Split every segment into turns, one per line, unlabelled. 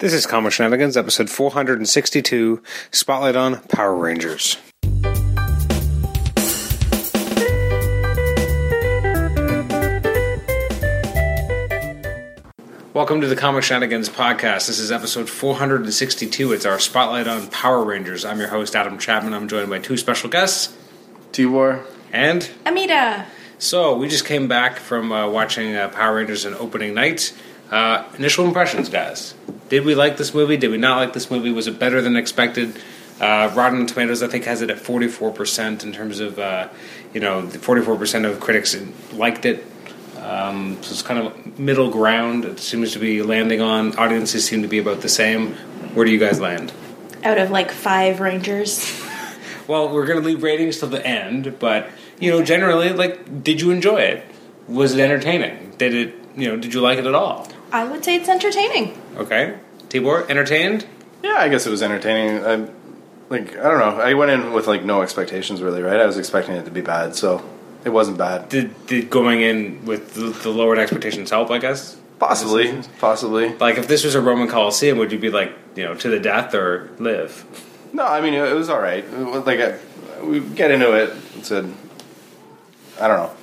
This is Comic Shenanigans, episode 462, Spotlight on Power Rangers. Welcome to the Comic Shenanigans podcast. This is episode 462. It's our Spotlight on Power Rangers. I'm your host, Adam Chapman. I'm joined by two special guests.
T-War.
And
Amita.
so we just came back from uh, watching uh, Power Rangers and opening night. Uh, initial impressions, guys. Did we like this movie? Did we not like this movie? Was it better than expected? Uh, Rotten Tomatoes, I think, has it at forty four percent in terms of uh, you know forty four percent of critics liked it. Um, so it's kind of middle ground. It seems to be landing on audiences seem to be about the same. Where do you guys land?
Out of like five Rangers.
Well, we're going to leave ratings till the end, but you know, generally, like, did you enjoy it? Was it entertaining? Did it, you know, did you like it at all?
I would say it's entertaining.
Okay, Tibor, entertained?
Yeah, I guess it was entertaining. I, like I don't know. I went in with like no expectations really, right? I was expecting it to be bad, so it wasn't bad.
Did, did going in with the, the lowered expectations help? I guess.
Possibly, possibly.
Like, if this was a Roman Colosseum, would you be like, you know, to the death or live?
No, I mean it, it was all right. It was, Like I, we get into it. It's a, I don't know.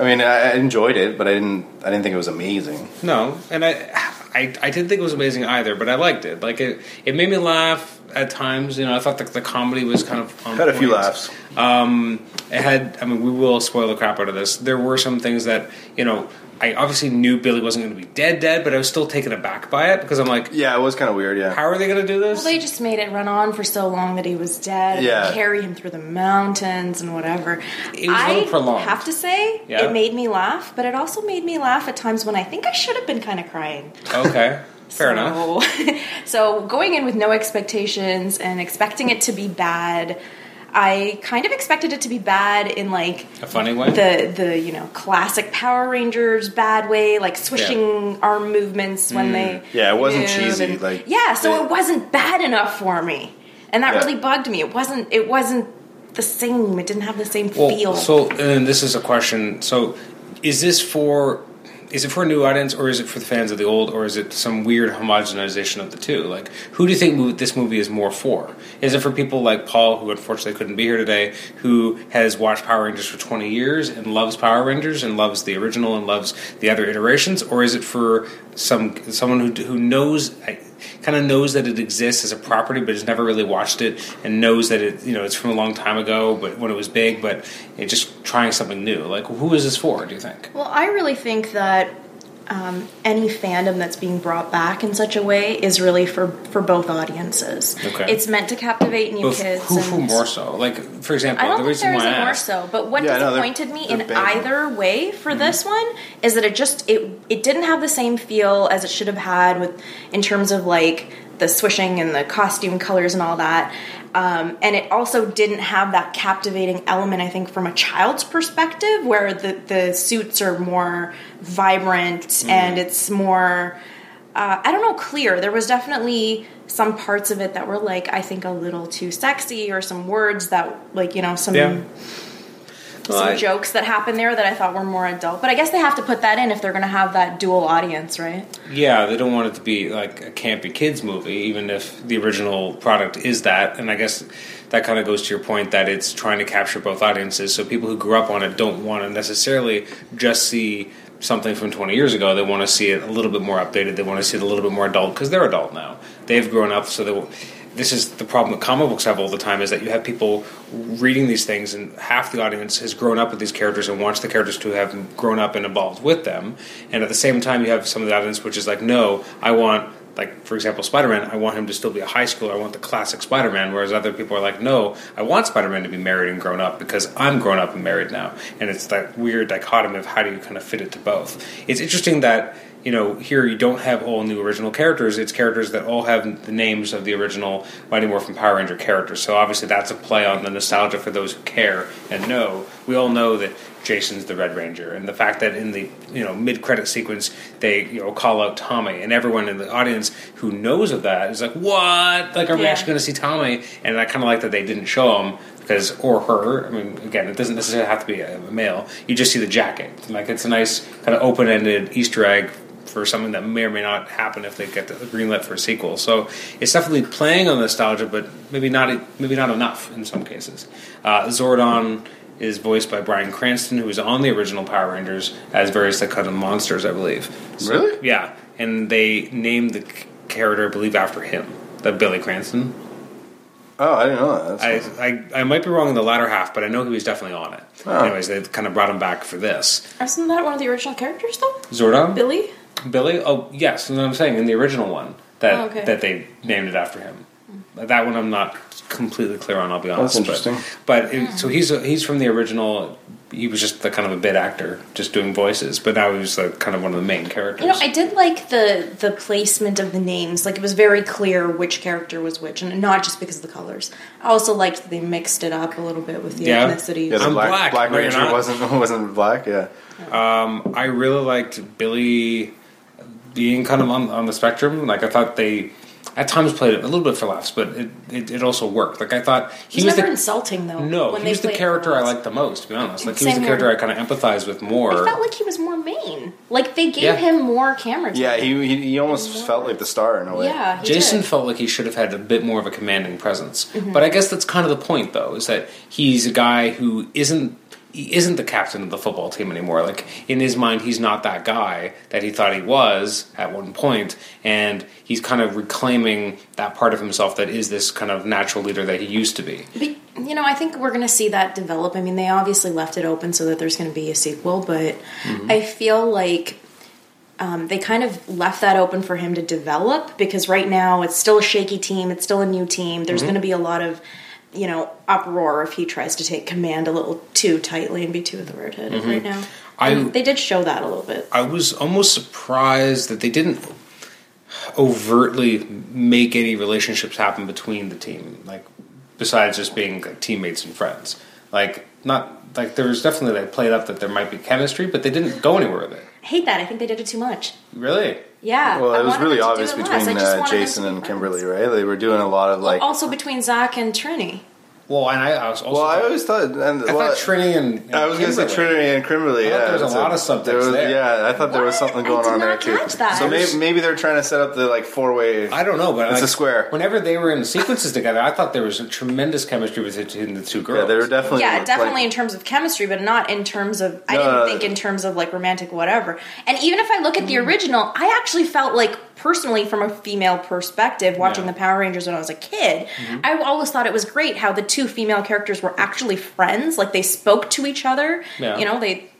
I mean, I I enjoyed it, but I didn't. I didn't think it was amazing.
No, and I, I, I didn't think it was amazing either, but I liked it. Like it, it made me laugh at times. You know, I thought the, the comedy was kind of on
Had a few
point.
laughs.
Um, it had. I mean, we will spoil the crap out of this. There were some things that you know. I obviously knew Billy wasn't going to be dead, dead, but I was still taken aback by it because I'm like,
Yeah, it was kind of weird. Yeah,
how are they going to do this?
Well, they just made it run on for so long that he was dead.
Yeah.
And carry him through the mountains and whatever.
It was a
I
little prolonged.
have to say,
Yeah.
it made me laugh, but it also made me laugh at times when I think I should have been kind of crying.
okay, fair enough.
so, enough. so going in with no expectations and expecting it to be bad, I kind of expected it to be bad in like
A funny way.
the the you know classic Power Rangers bad way, like swishing arm movements
Mm.
when they
Yeah, it wasn't
move
cheesy,
and-
like,
yeah, so
they-
it wasn't bad enough for me, and that
Yeah.
really bugged me. It wasn't it wasn't the same. It didn't have the same feel.
So, and this is a question. So, is this for is it for a new audience, or is it for the fans of the old, or is it some weird homogenization of the two? Like, who do you think mo- this movie is more for? Is it for people like Paul, who unfortunately couldn't be here today, who has watched Power Rangers for twenty years and loves Power Rangers and loves the original and loves the other iterations, or is it for some someone who who knows? I, kind of knows that it exists as a property, but has never really watched it, and knows that it you know it's from a long time ago, but when it was big, but it just trying something new. Like, who is this for? Do you think?
Well, I really think that um, any fandom that's being brought back in such a way is really for for both audiences.
Okay.
It's meant to captivate new
But
kids.
who, who
and-
more so? Like, for example,
I don't
the
think
reason
there
why
is
I
a more
asked, Mm-hmm.
so, but what
Yeah, no, they're-
disappointed me
they're
in
big.
either way for this one is that it just it it didn't have the same feel as it should have had with in terms of like the swishing and the costume colors and all that. Um, and it also didn't have that captivating element, I think, from a child's perspective, where the, the suits are more vibrant
Mm-hmm.
and it's more uh, I don't know, clear. There was definitely some parts of it that were like I think a little too sexy, or some words that like you know some
Yeah.
some
Well, I-
jokes that happened there that I thought were more adult. But I guess they have to put that in if they're going to have that dual audience, right?
yeah, they don't want it to be like a campy kids movie, even if the original product is that. And I guess that kind of goes to your point that it's trying to capture both audiences. So people who grew up on it don't want to necessarily just see something from 20 years ago. They want to see it a little bit more updated. They want to see it a little bit more adult because they're adult now. They've grown up, so they. Will, this is the problem that comic books have all the time is that you have people reading these things and half the audience has grown up with these characters and wants the characters to have grown up and evolved with them and at the same time you have some of the audience which is like no i want like for example spider-man i want him to still be a high schooler i want the classic spider-man whereas other people are like no i want spider-man to be married and grown up because i'm grown up and married now and it's that weird dichotomy of how do you kind of fit it to both it's interesting that you know, here you don't have all new original characters. It's characters that all have the names of the original Mighty Morphin Power Ranger characters. So obviously that's a play on the nostalgia for those who care and know. We all know that Jason's the Red Ranger, and the fact that in the you know mid credit sequence they you know call out Tommy, and everyone in the audience who knows of that is like, "What? Like, are we
Yeah.
actually going to see Tommy?" And I kind of like that they didn't show him. Because or her, I mean, again, it doesn't necessarily have to be a a male. You just see the jacket, like it's a nice kind of open-ended Easter egg for something that may or may not happen if they get the green light for a sequel. So it's definitely playing on nostalgia, but maybe not maybe not enough in some cases. Uh, Zordon is voiced by Brian Cranston, who was on the original Power Rangers as various Dakota monsters, I believe. So-
Really?
Yeah, and they named the c- character, I believe, after him, the Billy Cranston.
Oh, I didn't know that. That's
I, I I might be wrong in the latter half, but I know he was definitely on it.
Oh.
Anyways, they kind of brought him back for this.
Isn't that one of the original characters though?
Zordon,
Billy?
Billy? Oh, yes. That's what I'm saying in the original one that
Oh, okay.
that they named it after him. That one I'm not completely clear on. I'll be honest.
That's
but-
interesting.
But, it, so he's he's from the original. He was just the kind of a bit actor, just doing voices. But now he's like kind of one of the main characters.
You know, I did like the the placement of the names. Like it was very clear which character was which, and not just because of the colors. I also liked that they mixed it up a little bit with the
Yeah.
ethnicity.
yeah, the
I'm
black,
black.
black
No, you're
Ranger
not.
wasn't wasn't black. Yeah,
Um, I really liked Billy being kind of on, on the spectrum. Like I thought they at times played it a little bit for laughs, but it, it, it also worked. Like I thought he
It was
was
never
the
insulting though.
no,
when
he
they
was the
played
character I
roles.
liked the most. To be honest, like he was
Same
the character I
here.
kind of empathized with
I
more.
felt like he was more main. Like they gave
Yeah.
him more camera. time.
yeah. He he, he almost felt like the star in a way.
yeah. He
Jason
did. Mm-hmm.
felt like he should have had a bit more of a commanding presence. But I guess that's kind of the point, though, is that he's a guy who isn't he isn't the captain of the football team anymore. Like in his mind, he's not that guy that he thought he was at one point, and he's kind of reclaiming that part of himself that is this kind of natural leader that he used to be.
But, you know, I think we're going to see that develop. I mean, they obviously left it open so that there's going to be a sequel, but
Mm-hmm.
I feel like um, they kind of left that open for him to develop because right now it's still a shaky team, it's still a new team. There's
Mm-hmm.
going to be a lot of, you know, uproar if he tries to take command a little too tightly and be too authoritative
Mm-hmm.
right now.
I-
And they did show that a little bit.
I was almost surprised that they didn't overtly make any relationships happen between the team, like besides just being like, teammates and friends. Like not like there was definitely they played up that there might be chemistry, but they didn't go anywhere with it.
I hate that. I think they did it too much.
Really,
Yeah.
Well,
I
it was
wanted
really
them to do
obvious
it less.
between
I just
uh,
wanted them to
Jason
be
and
friends.
Kimberly, right? They were doing a lot of like.
Also between Zach and Trini.
well, and I, I was also
well, I always thought, and
I
well,
thought Trinity and, and
I was going to say
Kimberly.
Trinity and Kimberly.
I thought
yeah,
there was a
that's
lot of subtext
there was-
there.
Yeah, I thought there was
What?
something
I
going
did
on there
not
too.
catch that.
So
I
maybe
was-
maybe they're trying to set up the like four way.
I don't know, but like,
It's a square.
Whenever they were in sequences together, I thought there was a tremendous chemistry between the two girls.
Yeah, they were definitely.
yeah
Oh, like-
definitely in terms of chemistry but not in terms of i
No,
didn't
no,
think
no.
in terms of like romantic whatever and even if i look at the
Mm-hmm.
original i actually felt like personally from a female perspective watching
Yeah. Mm-hmm.
the power rangers when i was a kid i always thought it was great how the two female characters were actually friends like they spoke to each other
Yeah.
you know they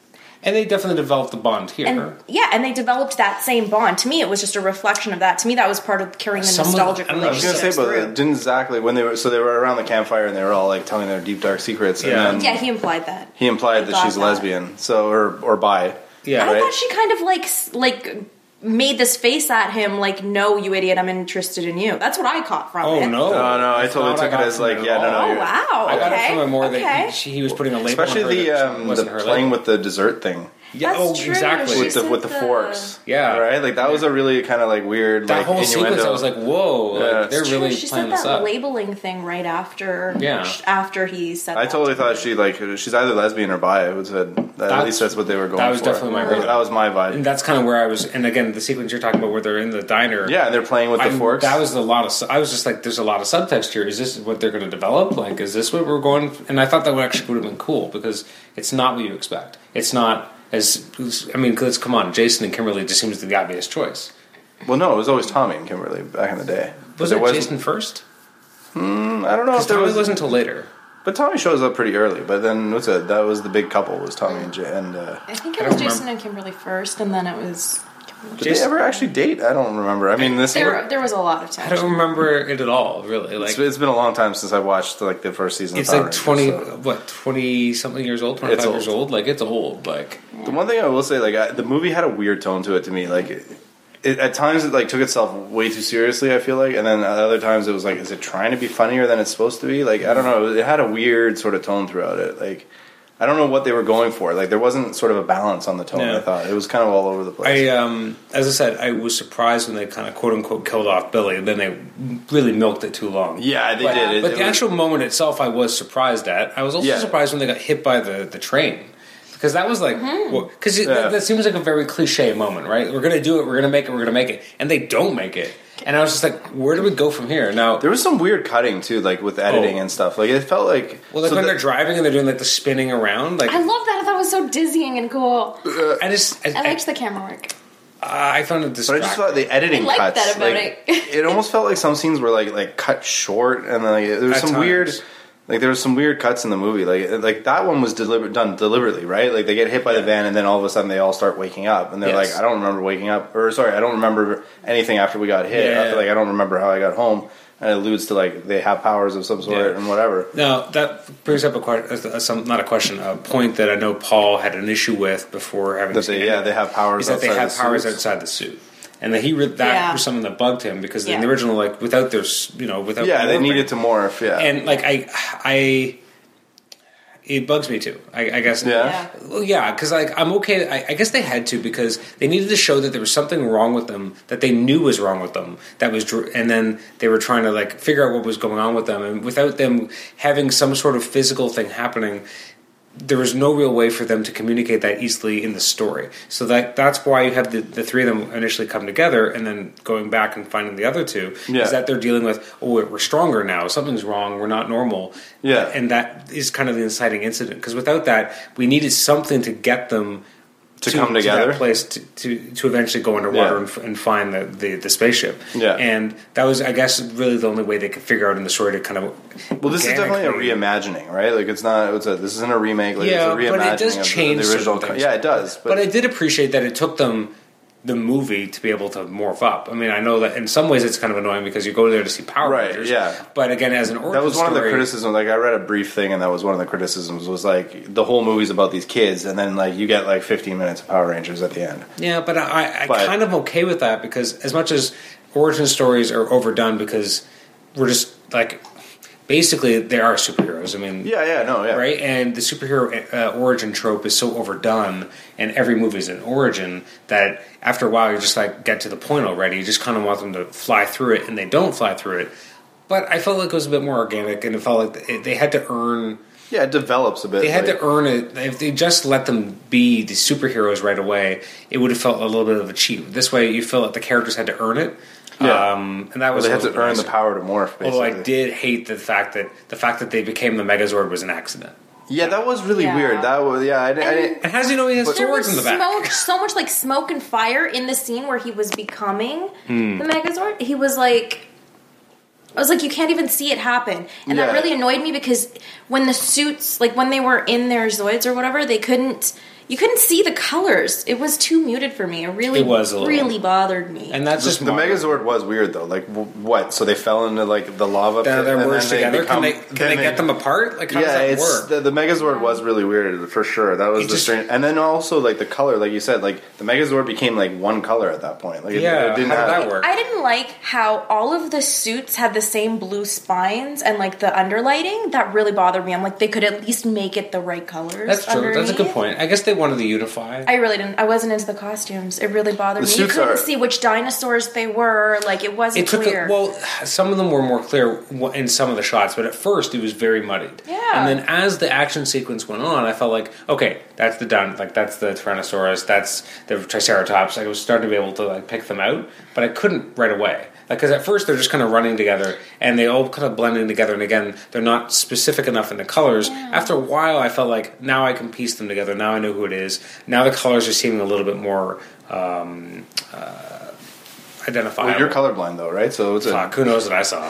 and they definitely developed the bond here.
and yeah and they developed that same bond to me it was just a reflection of that to me that was part of carrying the
Some of the-
nostalgic
I don't know, I was
I was
relationship
gonna say,
through.
but didn't exactly when they were so they were around the campfire and they were all like telling their deep dark secrets.
Yeah.
And then
yeah he implied that
he implied that
thought
she's
that.
lesbian, so or or bi.
Yeah,
I
right?
thought she kind of like s- like made this face at him, like "No, you idiot! I'm interested in you." That's what I caught from it.
oh no,
No, no, I
That's
totally
not what
took it
got
as,
from
like,
at
yeah, no,
all.
no,
Oh
you're-
wow!
I got
okay.
it from him more
okay.
that he, she, he was putting a label
Especially
on her
the
that
um, the
wasn't her
playing
label.
with the dessert thing.
yeah,
That's
oh,
true.
exactly.
She
with the
said
with the,
the-
forks.
Yeah.
right. Like that was a really kind of like weird
that
like
whole
innuendo.
sequence, I was like, whoa,
Yeah.
like, they're
It's
really
she
playing
said
this
that
up.
labeling thing right after.
Yeah.
After he said.
I
that.
totally thought she like she's either lesbian or bi. It was a, at least that's what they were going.
that was
for.
definitely my read.
That was my
And
vibe.
that's kind of where I was. And again, the sequence you're talking about, where they're in the diner.
Yeah, and they're playing with the
I-
forks.
That was a lot of. su- I was just like, "There's a lot of subtext here. Is this what they're going to develop? Like, is this what we're going?" And I thought that would actually would have been cool because it's not what you expect. It's not as. I mean, let's come on. Jason and Kimberly just seems the obvious choice.
well, no, it was always Tommy and Kimberly back in the day.
Was
There
it
wasn't-
Jason first?
I don't know if
Because
there
Tommy
was,
wasn't until later.
but Tommy shows up pretty early. But then what's it? That was the big couple was Tommy and J- and. Uh,
I think
I
it was
don't
Jason and Kimberly first, and then it was.
did
Jason-
they ever actually date? I don't remember. I mean, this
There, there was a lot of
I
time.
don't remember it at all. Really, like
it's, it's been a long time since I watched like the first season.
It's
of Power
like
Rangers,
twenty,
so.
what twenty something years old, twenty five
old.
years old. Like it's old. Like
The one thing I will say, like I, the movie had a weird tone to it to me. Like it, it, at times, it like took itself way too seriously. I feel like, and then at other times, it was like, is it trying to be funnier than it's supposed to be? Like I don't know. It had a weird sort of tone throughout it. Like I don't know what they were going for. Like there wasn't sort of a balance on the tone.
Yeah.
I thought it was kind of all over the place.
I, um, as I said, I was surprised when they kind of quote unquote killed off Billy, and then they really milked it too long.
yeah, they did. It,
but
it
the
was-
actual moment itself, I was surprised at. I was also
Yeah.
surprised when they got hit by the the train. because that was like because
Mm-hmm. Yeah.
that, that seems like a very cliche moment, right? We're gonna do it, we're gonna make it, we're gonna make it, and they don't make it. And I was just like, where do we go from here? Now,
There was some weird cutting too, like with editing
Oh.
and stuff. Like it felt like
well, like
so
when
the-
they're driving and they're doing like the spinning around, like
I love that. I thought it was so dizzying and cool.
I just I,
I liked the camera work.
I, I found it
But I
distracting.
just thought the editing
I liked
cuts.
that about
like,
it.
almost felt like some scenes were like like cut short, and then, like there was
At
some weird,
times.
like there was some weird cuts in the movie. Like like that one was deliberate, done deliberately, right? Like they get hit by the van, and then all of a sudden they all start waking up, and they're
Yes.
like, I don't remember waking up, or sorry, I don't remember anything after we got hit.
Yeah.
Like I don't remember how I got home, and it alludes to like they have powers of some sort
Yeah.
and whatever.
Now that brings up a question, some not a question, a point that I know Paul had an issue with before having
That
seen
they
it.
yeah they have
is
powers.
that they
outside
have
the
powers
suits.
outside the suit, and that he re- that
Yeah.
was something that bugged him because in the
Yeah.
original, like without their, s- you know, without
Yeah, they
morphing-
needed to morph. Yeah,
and like I, I, it bugs me too. I, I guess.
Yeah.
Yeah.
Well, yeah, because like I'm okay. I, I guess they had to because they needed to show that there was something wrong with them that they knew was wrong with them. That was, dr- and then they were trying to like figure out what was going on with them, and without them having some sort of physical thing happening, there was no real way for them to communicate that easily in the story. So that that's why you have the, the three of them initially come together and then going back and finding the other two
Yeah.
is that they're dealing with oh we're we're stronger now something's wrong we're not normal
Yeah.
and that is kind of the inciting incident because without that we needed something to get them
To come together?
that place to, to, to eventually go underwater
Yeah.
and, f- and find the, the, the spaceship
Yeah.
and that was I guess really the only way they could figure out in the story to kind of
Well, this is definitely a
organically-
reimagining, right? Like it's not. It's a, this isn't a remake. Like,
Yeah,
it's a reimagining
but it does
of the-
change
the original.
certain
co-
things.
yeah, it does. But,
But, I did appreciate that it took them the movie to be able to morph up. I mean, I know that in some ways it's kind of annoying because you go there to see Power
Right,
Rangers.
yeah.
But again, as an origin
that was one of the
story-
criticisms. Like I read a brief thing, and that was one of the criticisms. Was like the whole movie's about these kids, and then like you get like 15 minutes of Power Rangers at the end.
Yeah, but I, I
But-
kind of okay with that because as much as origin stories are overdone because we're just like basically they are superheroes. I mean,
Yeah, yeah, no, yeah,
right? And the superhero uh, origin trope is so overdone, and every movie is an origin that after a while you just like get to the point already. You just kind of want them to fly through it, and they don't fly through it. But I felt like it was a bit more organic, and it felt like th- they had to earn.
Yeah, it develops a bit.
They had
like-
to earn it. If they just let them be the superheroes right away, it would have felt a little bit of a cheat. This way, you feel that the characters had to earn it.
Yeah.
Um, and that
well,
was
they
a
had to
little bit
earn the
nicer.
power to morph. Basically.
Although Oh, I did hate the fact that the fact that they became the Megazord was an accident.
Yeah, that was really
Yeah.
weird. That was yeah. I, di- I didn't.
And how does he know he has
But-
swords in the back?
smoke, so much like smoke and fire in the scene where he was becoming the Megazord. He was like, I was like, you can't even see it happen, and
Yeah.
that really annoyed me because when the suits, like when they were in their Zoids or whatever, they couldn't. You couldn't see the colors. It was too muted for me. It really,
It was a little.
really bothered me.
And that's
Just
just
the
modern.
Megazord was weird though. Like w- what? So they fell into like the lava.
They're,
pit,
they're
and then
worse
they
together. can
become-
they can
then
they get them apart? Like how
yeah,
does that
it's
work?
the, the Megazord was really weird for sure. That was
It
the
just-
strange, and then also like the color, like you said, like the Megazord became like one color at that point. Like it-
yeah,
it didn't
how did
have-
that work?
I didn't like how all of the suits had the same blue spines and like the underlighting. That really bothered me. I'm like, they could at least make it the right colors.
That's true. That's a good
underneath.
point. I guess they wanted to unify.
I really didn't. I wasn't into the costumes. It really bothered
The
me. You
suits
couldn't
are-
see which dinosaurs they were. Like it wasn't
it took
clear.
a, well. Some of them were more clear w- in some of the shots, but at first it was very muddied.
Yeah.
And then as the action sequence went on, I felt like okay, that's the done. Like that's the Tyrannosaurus. That's the Triceratops. I was starting to be able to like pick them out, but I couldn't right away. Like because at first they're just kind of running together, and they all kind of blend in together. And again, they're not specific enough in the colors. After a while, I felt like now I can piece them together. Now I know who it is. Now the colors are seeming a little bit more. Um, uh, identifiable.
Well, you're colorblind though, right? So it's
Fuck, who knows what I saw?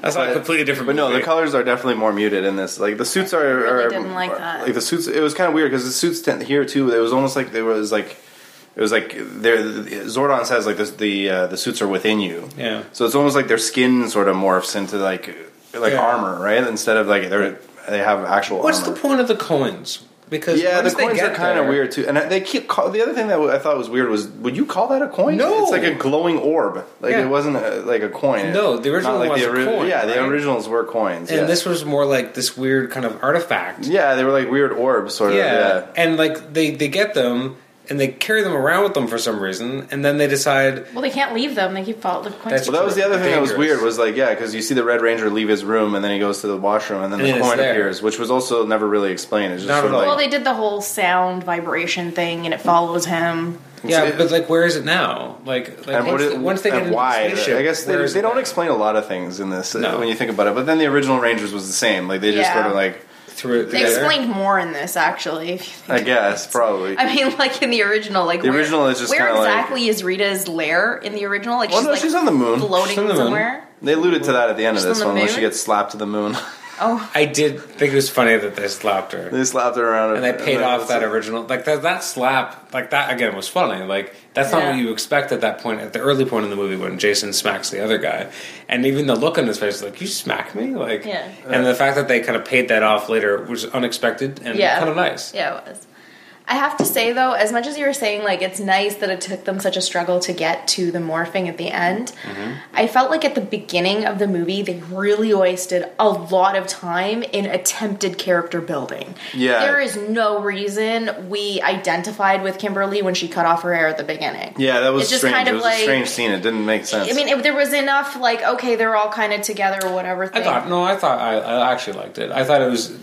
That's not
a
a completely different.
But no, the
movie.
colors are definitely more muted in this. Like the suits are.
really
are-
didn't like that.
Like the suits, it was kind of weird because the suits tend here too. It was almost like there was like. It was like there. Zordon says like this, the uh, the suits are within you.
Yeah.
So it's almost like their skin sort of morphs into like like
Yeah.
armor, right? Instead of like they're they have actual.
What's
armor.
the point of the coins? Because
Yeah, the
once they
coins
get
are kind of
there-
weird too, and they keep. Call, the other thing that I thought was weird was, would you call that a coin?
No.
it's like a glowing orb. Like
Yeah.
it wasn't a, like a coin.
No, the
Not
original was a coin,
Yeah, the
right?
originals were coins.
and
yeah.
this was more like this weird kind of artifact.
yeah, they were like weird orbs, sort
Yeah,
of. Yeah,
and like they they get them. and they carry them around with them for some reason, and then they decide
Well, they can't leave them. They keep following the coins.
That's-
Well, that was the other thing that was
Dangerous.
weird was like, yeah, because you see the Red Ranger leave his room and then he goes to the washroom and then
And
the
it's
coin
there.
appears, which was also never really explained. It's just
Not
sort of
at all.
like,
Well, they did the whole sound vibration thing, and it follows him.
Yeah,
It's-
but like, where is it now? Like, like
and
once,
what it,
once they get
and
into
why?
the spaceship,
I guess they,
where is
they
it
don't
now?
explain a lot of things in this uh,
No.
when you think about it. But then the original Rangers was the same. Like they just
Yeah.
sort of like,
through it
They
together.
explained more in this, actually. if you think
I guess probably.
I mean, like in the original, like
The
where-
original is just
where
kinda like-
exactly is Rita's lair in the original? Like
well,
she's
no,
like
she's on the moon.
floating
She's on the moon.
somewhere.
They alluded to that at the end of
She's
this
on
one
the
when she
moon?
gets slapped to the moon.
Oh,
I did think it was funny that they slapped her.
they slapped her around,
and they paid off that
It
original like that that slap like that again was funny like that's not
Yeah.
what you expect at that point at the early point in the movie when jason smacks the other guy and even the look on his face like you smack me like
Yeah.
and the fact that they kind of paid that off later was unexpected and
yeah,
kind of nice
Yeah, it was. I have to say though, as much as you were saying, like it's nice that it took them such a struggle to get to the morphing at the end.
Mm-hmm.
I felt like at the beginning of the movie, they really wasted a lot of time in attempted character building.
Yeah.
there is no reason we identified with Kimberly when she cut off her hair at the beginning.
Yeah, that was
It's just
strange.
kind
it
of
was
like-
a strange scene. It didn't make sense.
I mean, it, there was enough, like, okay, they're all kind of together or whatever.
I
Thing.
thought no, I thought I, I actually liked it. I thought it was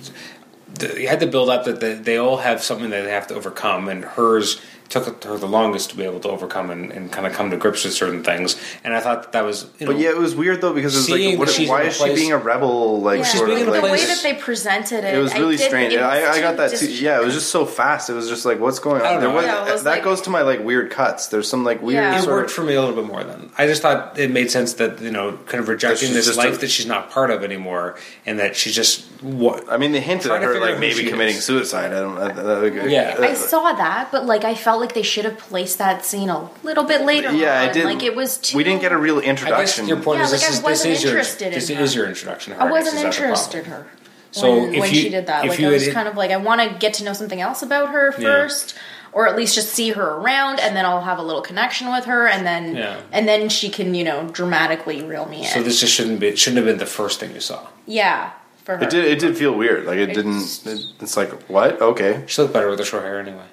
th- you had to build up that they, they all have something that they have to overcome, and hers took her the longest to be able to overcome and, and kind of come to grips with certain things. And I thought that that was, you know,
but yeah, it was weird though because it was
Seeing
like, what,
that she's
why
in a
is she
place-
being a rebel? Like,
She's
sort
being in
of
a
the
like,
place-
way that they presented it,
It was
I
really
did-
strange.
it was
I, I got
too
that too.
dis-
Yeah, it was just so fast. It was just like, what's going on?
I don't
There
know.
was,
Yeah, it was
that
like-
goes to my like weird cuts. There's some like weird
Yeah.
it
sort
worked
of.
for me a little bit more then. I just thought it made sense that you know, kind of
she's
rejecting this
just
life
a-
that she's not part of anymore, and that she's just what.
I mean, they hinted
Trying
at
to
her
figure out
like
who
maybe
she
committing
is.
suicide. I don't. I, I, uh, I-
Yeah.
I saw that, but like, I felt like they should have placed that scene a little bit later.
yeah,
on.
I did.
Like, it was too.
We didn't get a real
I guess
introduction.
your point
Yeah,
is
like,
this
I
is this
wasn't
is your
interested in
this
her.
is your introduction. to her,
I
guess,
wasn't
is that the problem?
interested in her.
So
when,
if
when
you-
she did that,
if
like
you
I
had
was
it-
kind of like, I want to get to know something else about her
Yeah.
first, or at least just see her around, and then I'll have a little connection with her, and then
Yeah.
and then she can, you know, dramatically reel me in.
So this just shouldn't be. It shouldn't have been the first thing you saw.
yeah, for her.
It did. It did feel weird. Like it didn't.
It's-
It, it's like what? Okay.
She looked better with her short hair anyway.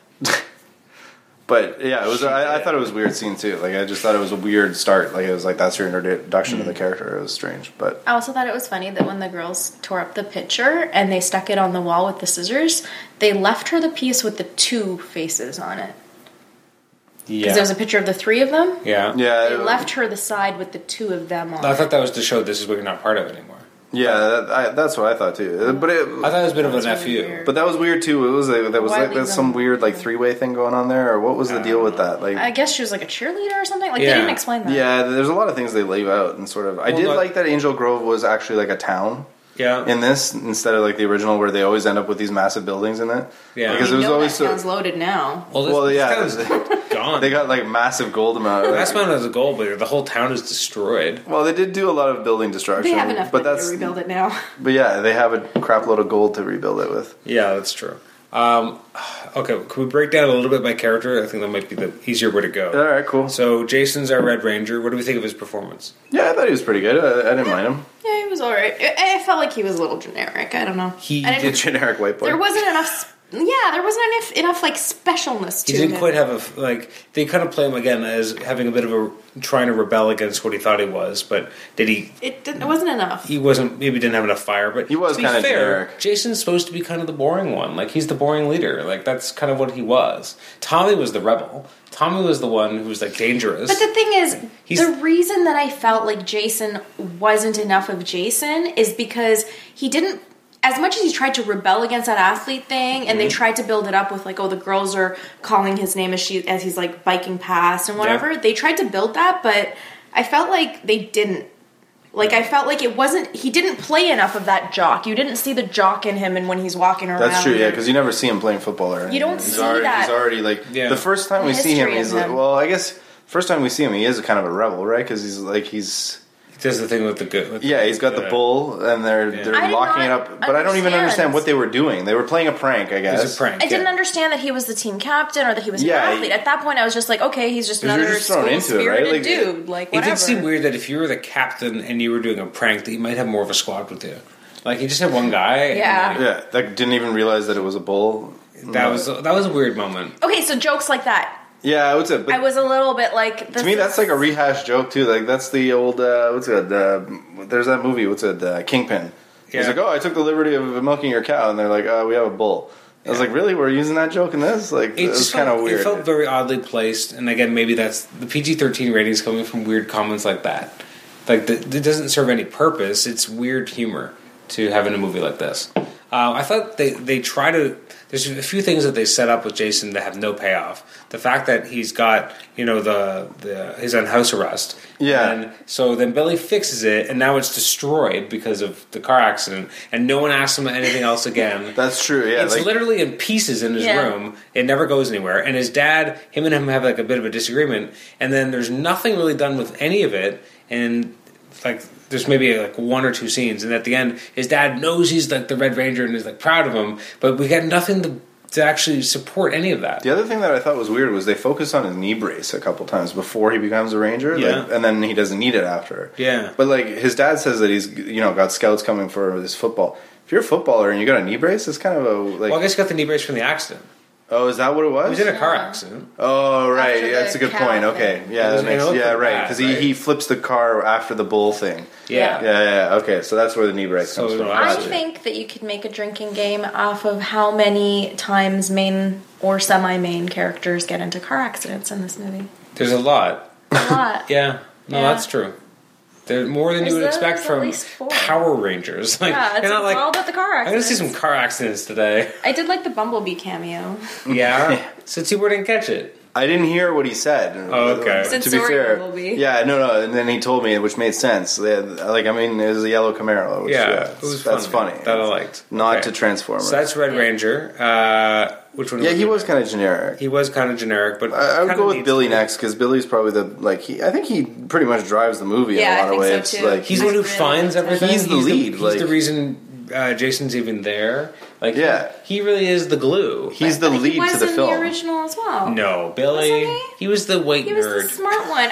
But yeah, it was. I, I thought it was a weird scene too. Like I just thought it was a weird start. Like it was like that's your introduction
Mm.
to the character. It was strange, but
I also thought it was funny that when the girls tore up the picture and they stuck it on the wall with the scissors, they left her the piece with the two faces on it. Because
Yeah,
there was a picture of the three of them.
yeah,
yeah,
They
it-
left her the side with the two of them on
I
it.
thought that was to show this is what you're not part of anymore.
yeah. That, I, that's what I thought too. But it,
I thought it was a bit of an
That's
fu.
really weird.
But that was weird too. It was like that was
Why
like
leave
that's some
them?
weird like three way thing going on there, or what was the deal with that? Like,
I guess she was like a cheerleader or something. Like
Yeah.
they didn't explain that.
yeah, there's a lot of things they leave out and sort of. I
Well,
did
no-
like that Angel Grove was actually like a town
Yeah,
in this instead of like the original where they always end up with these massive buildings in it.
Yeah.
because
I
it was
No,
always
that
so.
sounds loaded now.
well, this,
well,
this
yeah,
town's gone.
They got like massive gold amount. Like,
Last mountain has a goal, but the whole town is destroyed.
well, they did do a lot of building destruction.
They have enough
but
money
that's
to rebuild it now.
but yeah, they have a crap load of gold to rebuild it with.
Yeah, that's true. Um, okay, can we break down a little bit by character? I think that might be the easier way to go.
All right, cool.
So Jason's our Red Ranger. What do we think of his performance?
Yeah, I thought he was pretty good. I, I didn't mind him.
yeah, he was alright. I I felt like he was a little generic. I don't know.
He
I didn't-
did-
Generic white boy.
There wasn't enough. s- Yeah, there wasn't enough enough like specialness to
He didn't
him.
quite have a f- like. They kind of play him again as having a bit of a trying to rebel against what he thought he was, but did he?
It didn't. It wasn't enough.
He wasn't. Maybe didn't have enough fire. But he
was
to be
kinda
fair,
generic.
Jason's supposed to be kind of the boring one. Like he's the boring leader. Like that's kind of what he was. Tommy was the rebel. Tommy was the one who was like dangerous.
But the thing is,
He's-
the reason that I felt like Jason wasn't enough of Jason is because he didn't. As much as he tried to rebel against that athlete thing, and they
Mm-hmm.
tried to build it up with like, oh, the girls are calling his name as she as he's like biking past and whatever. They tried to build that, but I felt like they didn't. Like I felt like it wasn't. He didn't play enough of that jock. You didn't see the jock in him, and when he's walking around,
That's true, yeah, because you never see him playing football or anything.
don't
he's
see
already,
that.
He's already like
Yeah.
the first time
The
we see him,
history of
he's like,
him.
well, I guess first time we see him, he is kind of a rebel, right? Because he's like he's
he does the thing with the good. With
yeah, he's got the
uh,
bull, and they're
Yeah.
I
they're
did
locking it
not
up. But I don't even
understand.
understand what they were doing. They were playing a prank, I guess.
It was a prank.
I didn't
yeah.
understand that he was the team captain or that he was
Yeah,
an athlete.
he-
At that point, I was just like, okay, he's just
You're
another
just thrown
school
into it, right?
spirited
Like,
dude. Like
It
whatever.
did seem weird that if you were the captain and you were doing a prank, that you might have more of a squad with you. Like he just had one guy. and
Yeah.
then
Yeah, that didn't even realize that it was a bull.
he- that was that was a weird moment.
Okay, so jokes like that.
Yeah, I would say. But
I was a little bit like. This
to me, that's like a rehash joke too. Like that's the old uh, what's it? Uh, there's that movie. What's it? Uh, Kingpin. He's
Yeah.
like, oh, I took the liberty of milking your cow, and they're like, oh, we have a bull. I was like, really? We're using that joke in this? Like, it, was
just
kind of
felt-
weird.
It felt very oddly placed, and again, maybe that's the PG thirteen rating is coming from weird comments like that. Like the, it doesn't serve any purpose. It's weird humor to have in a movie like this. Uh, I thought they they try to. There's a few things that they set up with Jason that have no payoff. The fact that he's got you know the the he's on house arrest.
Yeah.
And so then Billy fixes it, and now it's destroyed because of the car accident, and no one asks him anything else again.
that's true. Yeah,
It's
like,
literally in pieces in his
Yeah.
room. It never goes anywhere. And his dad, him and him have like a bit of a disagreement, and then there's nothing really done with any of it. And like, there's maybe like one or two scenes, and at the end, his dad knows he's like the Red Ranger and is like proud of him, but we got nothing to to actually support any of that.
The other thing that I thought was weird was they focus on his knee brace a couple times before he becomes a ranger, like,
Yeah.
and then he doesn't need it after.
Yeah.
but like his dad says that he's you know got scouts coming for this football. If you're a footballer and you got a knee brace, it's kind of a like.
Well, I guess he got the knee brace from the accident.
oh, is that what it
He
was?
was in a car accident.
oh, right.
After
Yeah, that's a
the
good
cow
point.
thing.
Okay, yeah, that
doesn't
makes,
look
yeah,
like
right.
that,
Because he,
right?
he flips the car after the bull thing.
Yeah.
Yeah, yeah. Okay, so that's where the knee brace
So
comes from.
I
I
Gotcha.
think that you could make a drinking game off of how many times main or semi main characters get into car accidents in this movie.
There's a lot.
A lot.
Yeah. No,
Yeah.
that's true. There's more than you would
There's-
expect
there's at
from
least four.
Power Rangers. Like,
Yeah, it's,
they're not
it's
like,
all about the car
I'm gonna
accidents.
see some car accidents today.
I did like the Bumblebee cameo.
Yeah. Since he wouldn't catch it.
I didn't hear what he said.
Oh, okay.
To
Since
be
Zora
fair,
will be.
yeah, no, no, and then he told me, which made sense. Yeah, Like, I mean, it was a yellow Camaro. Which,
Yeah,
yeah,
it was
that's
funny.
funny.
That I liked.
Not
Okay.
to Transformers.
So that's Red Ranger. Uh, which one?
yeah,
would
he
you
was
pick?
kind of generic.
He was kind of generic, but
I, I would
kinda
go with
needs-
Billy next because Billy's probably the like. He, I think he pretty much drives the movie
Yeah, I
in a lot of
think so,
ways.
too.
Like,
He's the one who
He's
finds
really-
everything.
He's the lead,
he's
like-
the reason uh, Jason's even there. Like,
Yeah.
he, he really is the glue.
he's the
But he
lead
was
to the
in
film.
the original as well.
no Billy.
Wasn't he?
he? was the white
He was
nerd.
the smart one.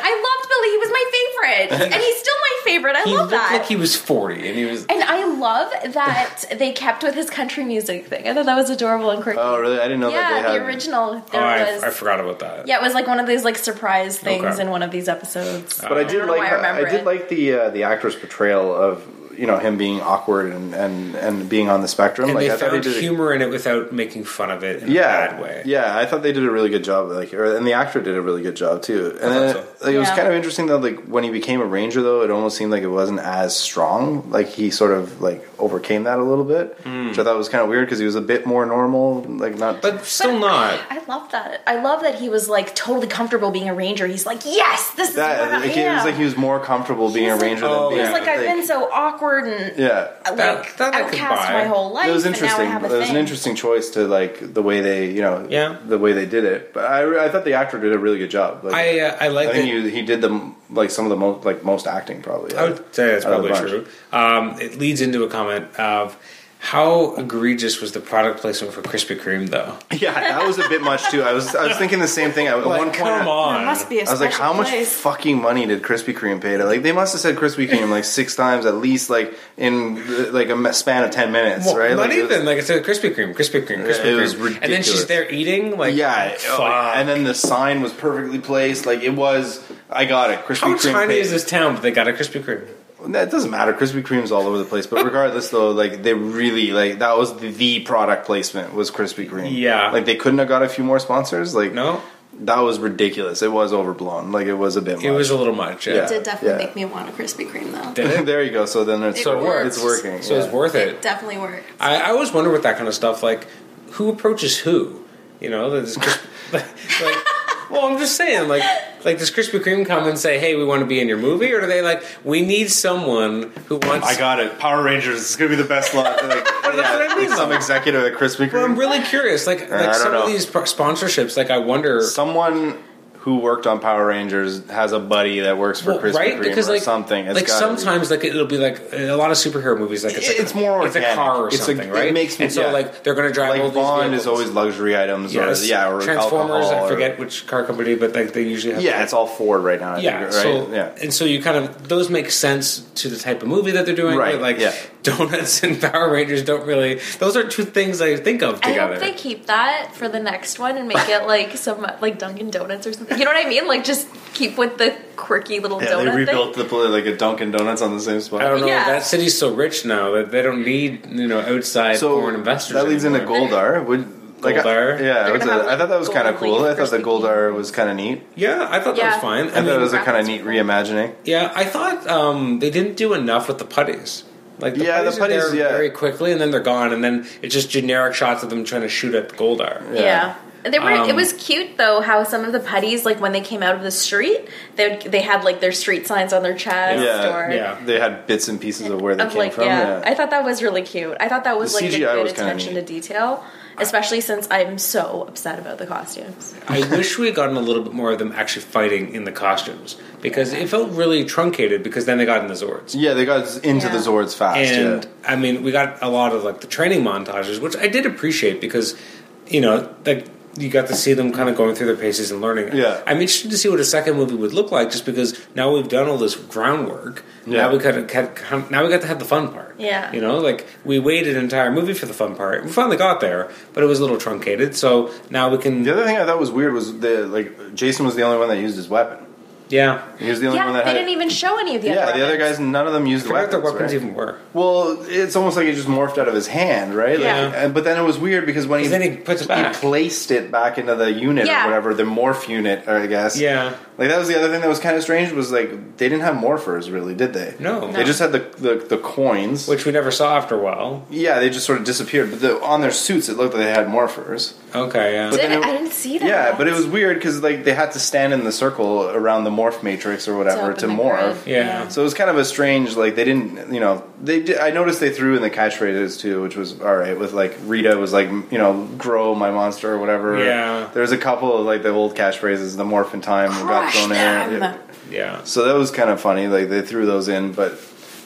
I loved Billy. He was my favorite. and he's still my favorite. I
he
love
looked
that.
like he was forty, and he was.
and I love that they kept with his country music thing. I thought that was adorable and quirky.
oh, really? I didn't know that
yeah,
they had.
the original
Oh,
there
I,
was
I forgot about that.
Yeah, it was like one of those like surprise things
Okay.
in one of these episodes.
But I
don't
did
know
like
why I
I,
remember
did
it.
like the uh, the actor's portrayal of you know him being awkward and and, and being on the spectrum.
And
like
they
I thought
found
he did a-
humor in it without making fun of it in
yeah,
a bad way.
Yeah, I thought they did a really good job. Like, or, and the actor did a really good job too. And then,
thought
like, it was
Yeah.
kind of interesting though. Like when he became a ranger, though, it almost seemed like it wasn't as strong. Like he sort of like overcame that a little bit, which I thought was kind of weird because he was a bit more normal. Like not,
Hmm. But still not.
I love that. I love that he was like totally comfortable being a ranger. He's like, yes, this is what
that.
I
Like, it
am.
was like he was more comfortable being a
was like-
ranger
Oh,
than
He
being
was like, I've been
like-
so awkward and
yeah.
like
That- that I could
outcast
buy.
my whole life.
It was
and now I
interesting.
have
It
a
was
thing.
an interesting choice to like the way they, you know,
Yeah.
the way they did it. But I, I thought the actor did a really good job. Like,
I uh, I like
I
that.
think he, he did the like some of the most like most acting probably.
I would say that's
Out of the
probably true.
bunch.
Um, it leads into a comment of how egregious was the product placement for Krispy Kreme, though?
Yeah, that was a bit much too. I was I was thinking the same thing. I, at one
Like,
point,
come on.
There must be a
I was like,
special
how much
place.
fucking money did Krispy Kreme pay to? Like, they must have said Krispy Kreme like six times at least, like in uh, like a m- span of ten minutes,
Well,
right?
Not
like, it was-
even like it's a Krispy Kreme, Krispy Kreme, Krispy
it
Kreme,
was
and then
ridiculous.
she's there eating like
Yeah, oh,
fuck.
and then the sign was perfectly placed. Like it was, I got it. Krispy
how
Kreme.
tiny
paid-
is this town? But they got a Krispy Kreme.
That doesn't matter. Krispy Kreme's all over the place, but regardless, though, like they really like that was the, the product placement was Krispy Kreme.
Yeah.
like they couldn't have got a few more sponsors. Like
No,
that was ridiculous. It was overblown. Like it was a bit.
it was a little much. Yeah.
Yeah.
It did definitely
Yeah.
make me want a Krispy Kreme though.
Did it?
there you go. So then it's
So it works.
It's working.
So it's
yeah.
worth it.
Definitely worked.
I, I always wonder with that kind of stuff, like who approaches who. You know, there's Kris- like, well, I'm just saying, like, like does Krispy Kreme come and say, "Hey, we want to be in your movie," or do they like, "We need someone who wants"?
I got it. Power Rangers. It's gonna be the best lot. Like,
what I
yeah,
mean,
like some
though.
executive at Krispy
Well, I'm
Kreme.
really curious. Like,
Uh, I
like
don't
some
know.
of these pro- sponsorships, like I wonder,
Someone who worked on Power Rangers has a buddy that works for
well,
Krispy
right?
Kreme
Because
or
like
something. It's
like
gotta be.
sometimes, like it'll be like in a lot of superhero movies, like it's, like,
It's more
it's a
organic.
car or
It's a-
something,
it
right?
makes me-
and so
yeah.
like they're going to drive all these
like Vaughn
vehicles.
is always luxury items,
Yes.
or yeah, or
Transformers.
alcohol,
I
or-
forget which car company, but like they usually have
Yeah, it's all Ford right now. I
Yeah,
think, right?
so
yeah.
and so you kind of those make sense to the type of movie that they're doing.
Right,
but, like
yeah.
donuts and Power Rangers don't really. Those are two things I think of
I
together.
hope they keep that for the next one and make it like some like Dunkin' Donuts or something. You know what I mean? Like just keep with the quirky little
Yeah,
donut
they rebuilt
thing.
the pla- like a Dunkin' Donuts on the same spot.
I don't know.
Yeah.
That city's so rich now that they don't need you know outside foreign investors.
That leads
anymore.
into Goldar. Would like I-
Goldar?
yeah,
They're
what's
gonna
that?
have,
I thought that was kind of
golden
cool.
leaf
I thought
first
the
thing.
Goldar was kind of neat.
Yeah, I thought that
Yeah.
was fine. I
I, thought it
mean,
was a kind of
graphics
neat
were
reimagining.
yeah, I thought um, they didn't do enough with the putties. Like the
Yeah, the
putties,
putties,
are there
yeah.
very quickly, and then they're gone, and then it's just generic shots of them trying to shoot at Goldar.
Yeah. There were, it
Um,
was cute though how some of the putties like when they came out of the street they would- they had like their street signs on their chest
Yeah,
or
yeah.
They had bits and pieces of where they
of
came
like
from.
yeah.
Yeah,
I thought that was really cute. I thought that was
The
like a
CGI
good
was kinda
attention to
neat.
detail, especially since I'm so upset about the costumes.
I wish we had gotten a little bit more of them actually fighting in the costumes because it felt really truncated. Because then they got in the Zords.
yeah they got into
Yeah.
the Zords fast.
and
yeah.
I mean, we got a lot of like the training montages, which I did appreciate because you know, like you got to see them kind of going through their paces and learning.
Yeah.
I'm interested to see what a second movie would look like, just because now we've done all this groundwork.
Yeah.
Now we got to now we got to have the fun part.
Yeah.
you know, like we waited an entire movie for the fun part. We finally got there, but it was a little truncated. So now we can,
The other thing I thought was weird was the like Jason was the only one that used his weapon.
yeah.
He was the only one
yeah,
that
they
had.
didn't even show any of the
yeah,
other
the other
weapons.
guys, none of them used
I forgot what
weapons.
their weapons
right?
even were.
Well, it's almost like it just morphed out of his hand, right? Like,
Yeah.
and- but then it was weird because when he,
Because then he puts it back.
placed it back into the unit
Yeah.
or whatever, the morph unit, I guess.
Yeah.
Like that was the other thing that was kind of strange was like they didn't have morphers really, did they?
No.
They just had the the, the coins.
Which we never saw after a while.
yeah, they just sort of disappeared. But the, on their suits, it looked like they had morphers.
Okay, yeah.
But then
Didn't-
it-
I didn't see that.
Yeah, but it was weird because like they had to stand in the circle around the morph matrix or whatever
open
to
the
morph.
grid.
yeah.
So it was kind of a strange, like they didn't, you know, they. Did, I noticed they threw in the catchphrases too, which was all right. With like Rita was like, you know, grow my monster or whatever.
Yeah.
There's a couple of like the old catchphrases, the morph in time got
Crush
thrown in.
them.
Yeah.
yeah.
So that was kind of funny. Like they threw those in, but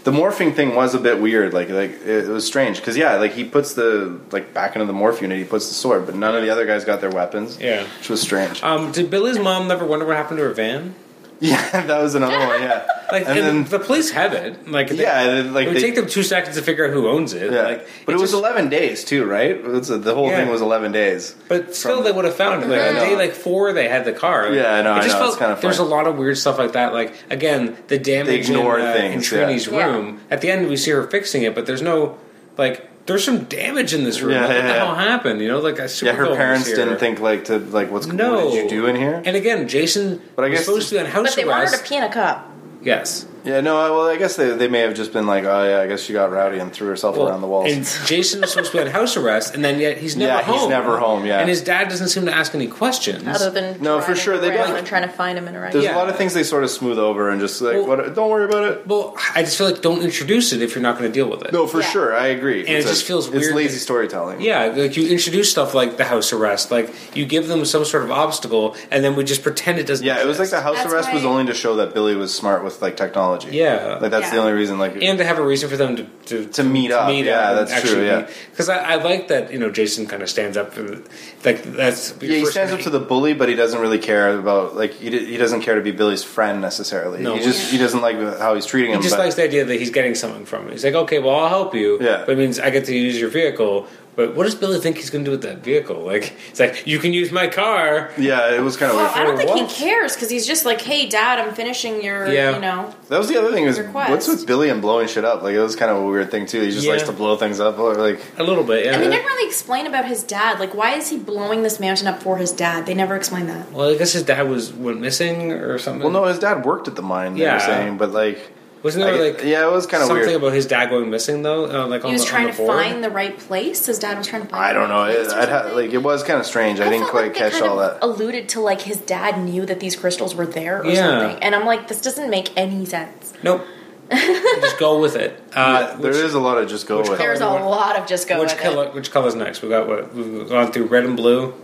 the morphing thing was a bit weird. Like like it, it was strange because yeah, like he puts the like back into the morph unit, he puts the sword, but none of the other guys got their weapons.
Yeah.
Which was strange.
Um, did Billy's mom never wonder what happened to her van?
yeah, that was another one. Yeah.
Like,
and
and
then
the police have it. Like, they-
Yeah, and then, like,
it would
they-
take them two seconds to figure out who owns it.
Yeah,
Like,
but it
it's
was
just-
eleven days too, right? It's a, the whole
Yeah.
thing was eleven days.
But still, they would have found it. Like
Yeah, I
on day
know.
like four, they had the car. Like,
Yeah, I know,
It
I
just
know, it's
felt
kinda
there's a
funny.
lot of weird stuff like that. Like again, the damage
ignore
in, uh,
things,
in Trini's
yeah.
room. At the end, we see her fixing it, but there's no like. There's some damage in this room.
Yeah,
Like, what
yeah,
the
yeah.
hell happened? You know, like I
Yeah, her parents didn't think like to like what's
No,
what did you do in here?
And again, Jason
But I
was
guess-
supposed to be on house
But they
arrest.
wanted a peanut cup.
yes,
yeah, no. I- Well, I guess they, they may have just been like, oh yeah, I guess she got rowdy and threw herself
Well,
around the walls.
And Jason was supposed to be on house arrest, and then yet he's never
Yeah,
home.
he's never home, yeah.
and his dad doesn't seem to ask any questions.
Other than
No, for
driving
sure, they
around
don't-
and trying to find him in a ride.
There's
yeah.
a lot of things they sort of smooth over and just like,
Well-
what, don't worry about it.
well, I just feel like don't introduce it if you're not going to deal with it.
No, for
Yeah.
sure, I agree. And
it just feels
It's
weird
lazy
that-
storytelling.
Yeah, like you introduce stuff like the house arrest, like you give them some sort of obstacle, and then we just pretend it doesn't.
Yeah, it was like the house
That's
arrest was
why-
only to show that Billy was smart with like technology.
Yeah.
like that's the
Yeah.
only reason. Like,
and to have a reason for them to to,
To meet up. Yeah, that's true, yeah.
because I, I like that you know Jason kind of stands up for the, like that's
Yeah, he stands up to the bully, but he doesn't really care about like he, d- he doesn't care to be Billy's friend necessarily.
No.
he just he doesn't like how he's treating him.
He just
but-
likes the idea that he's getting something from it. He's like, okay, well, I'll help you.
Yeah.
But it means I get to use your vehicle. But what does Billy think he's going to do with that vehicle? Like, it's like, you can use my car.
yeah, it was kind of
Well, I
weird.
don't think
What?
he cares because he's just like, "Hey, Dad, I'm finishing your,
Yeah.
you know."
That was the other thing is
Request.
what's with Billy and blowing shit up? Like it was kind of a weird thing too. He just
Yeah.
likes to blow things up. Or, like
A little bit, yeah.
And they didn't really explain about his dad. Like, why is he blowing this mountain up for his dad? They never explained that.
well, I guess his dad was went missing or something.
well, no, his dad worked at the mine. Yeah,
Yeah.
they were saying, but like
Wasn't there,
I-
like,
yeah, it was kind of
something
weird.
about his dad going missing, though? Uh, like,
He
on
was
the,
trying
on
to
the board?
find the right place. His dad was trying to find.
I
the
don't know.
right place
It,
or
I'd ha-
something.
like it was kind of strange. I, didn't
felt
quite
like they
catch
kind
all
of
that.
Alluded to like his dad knew that these crystals were there or
Yeah.
something, and I'm like, this doesn't make any sense.
Nope. just go with it. Uh,
Yeah, there is a lot of just go
which
with.
color-
it.
There's a lot of just go
Which
with
color? Which color's next? We got what we've gone through red and blue.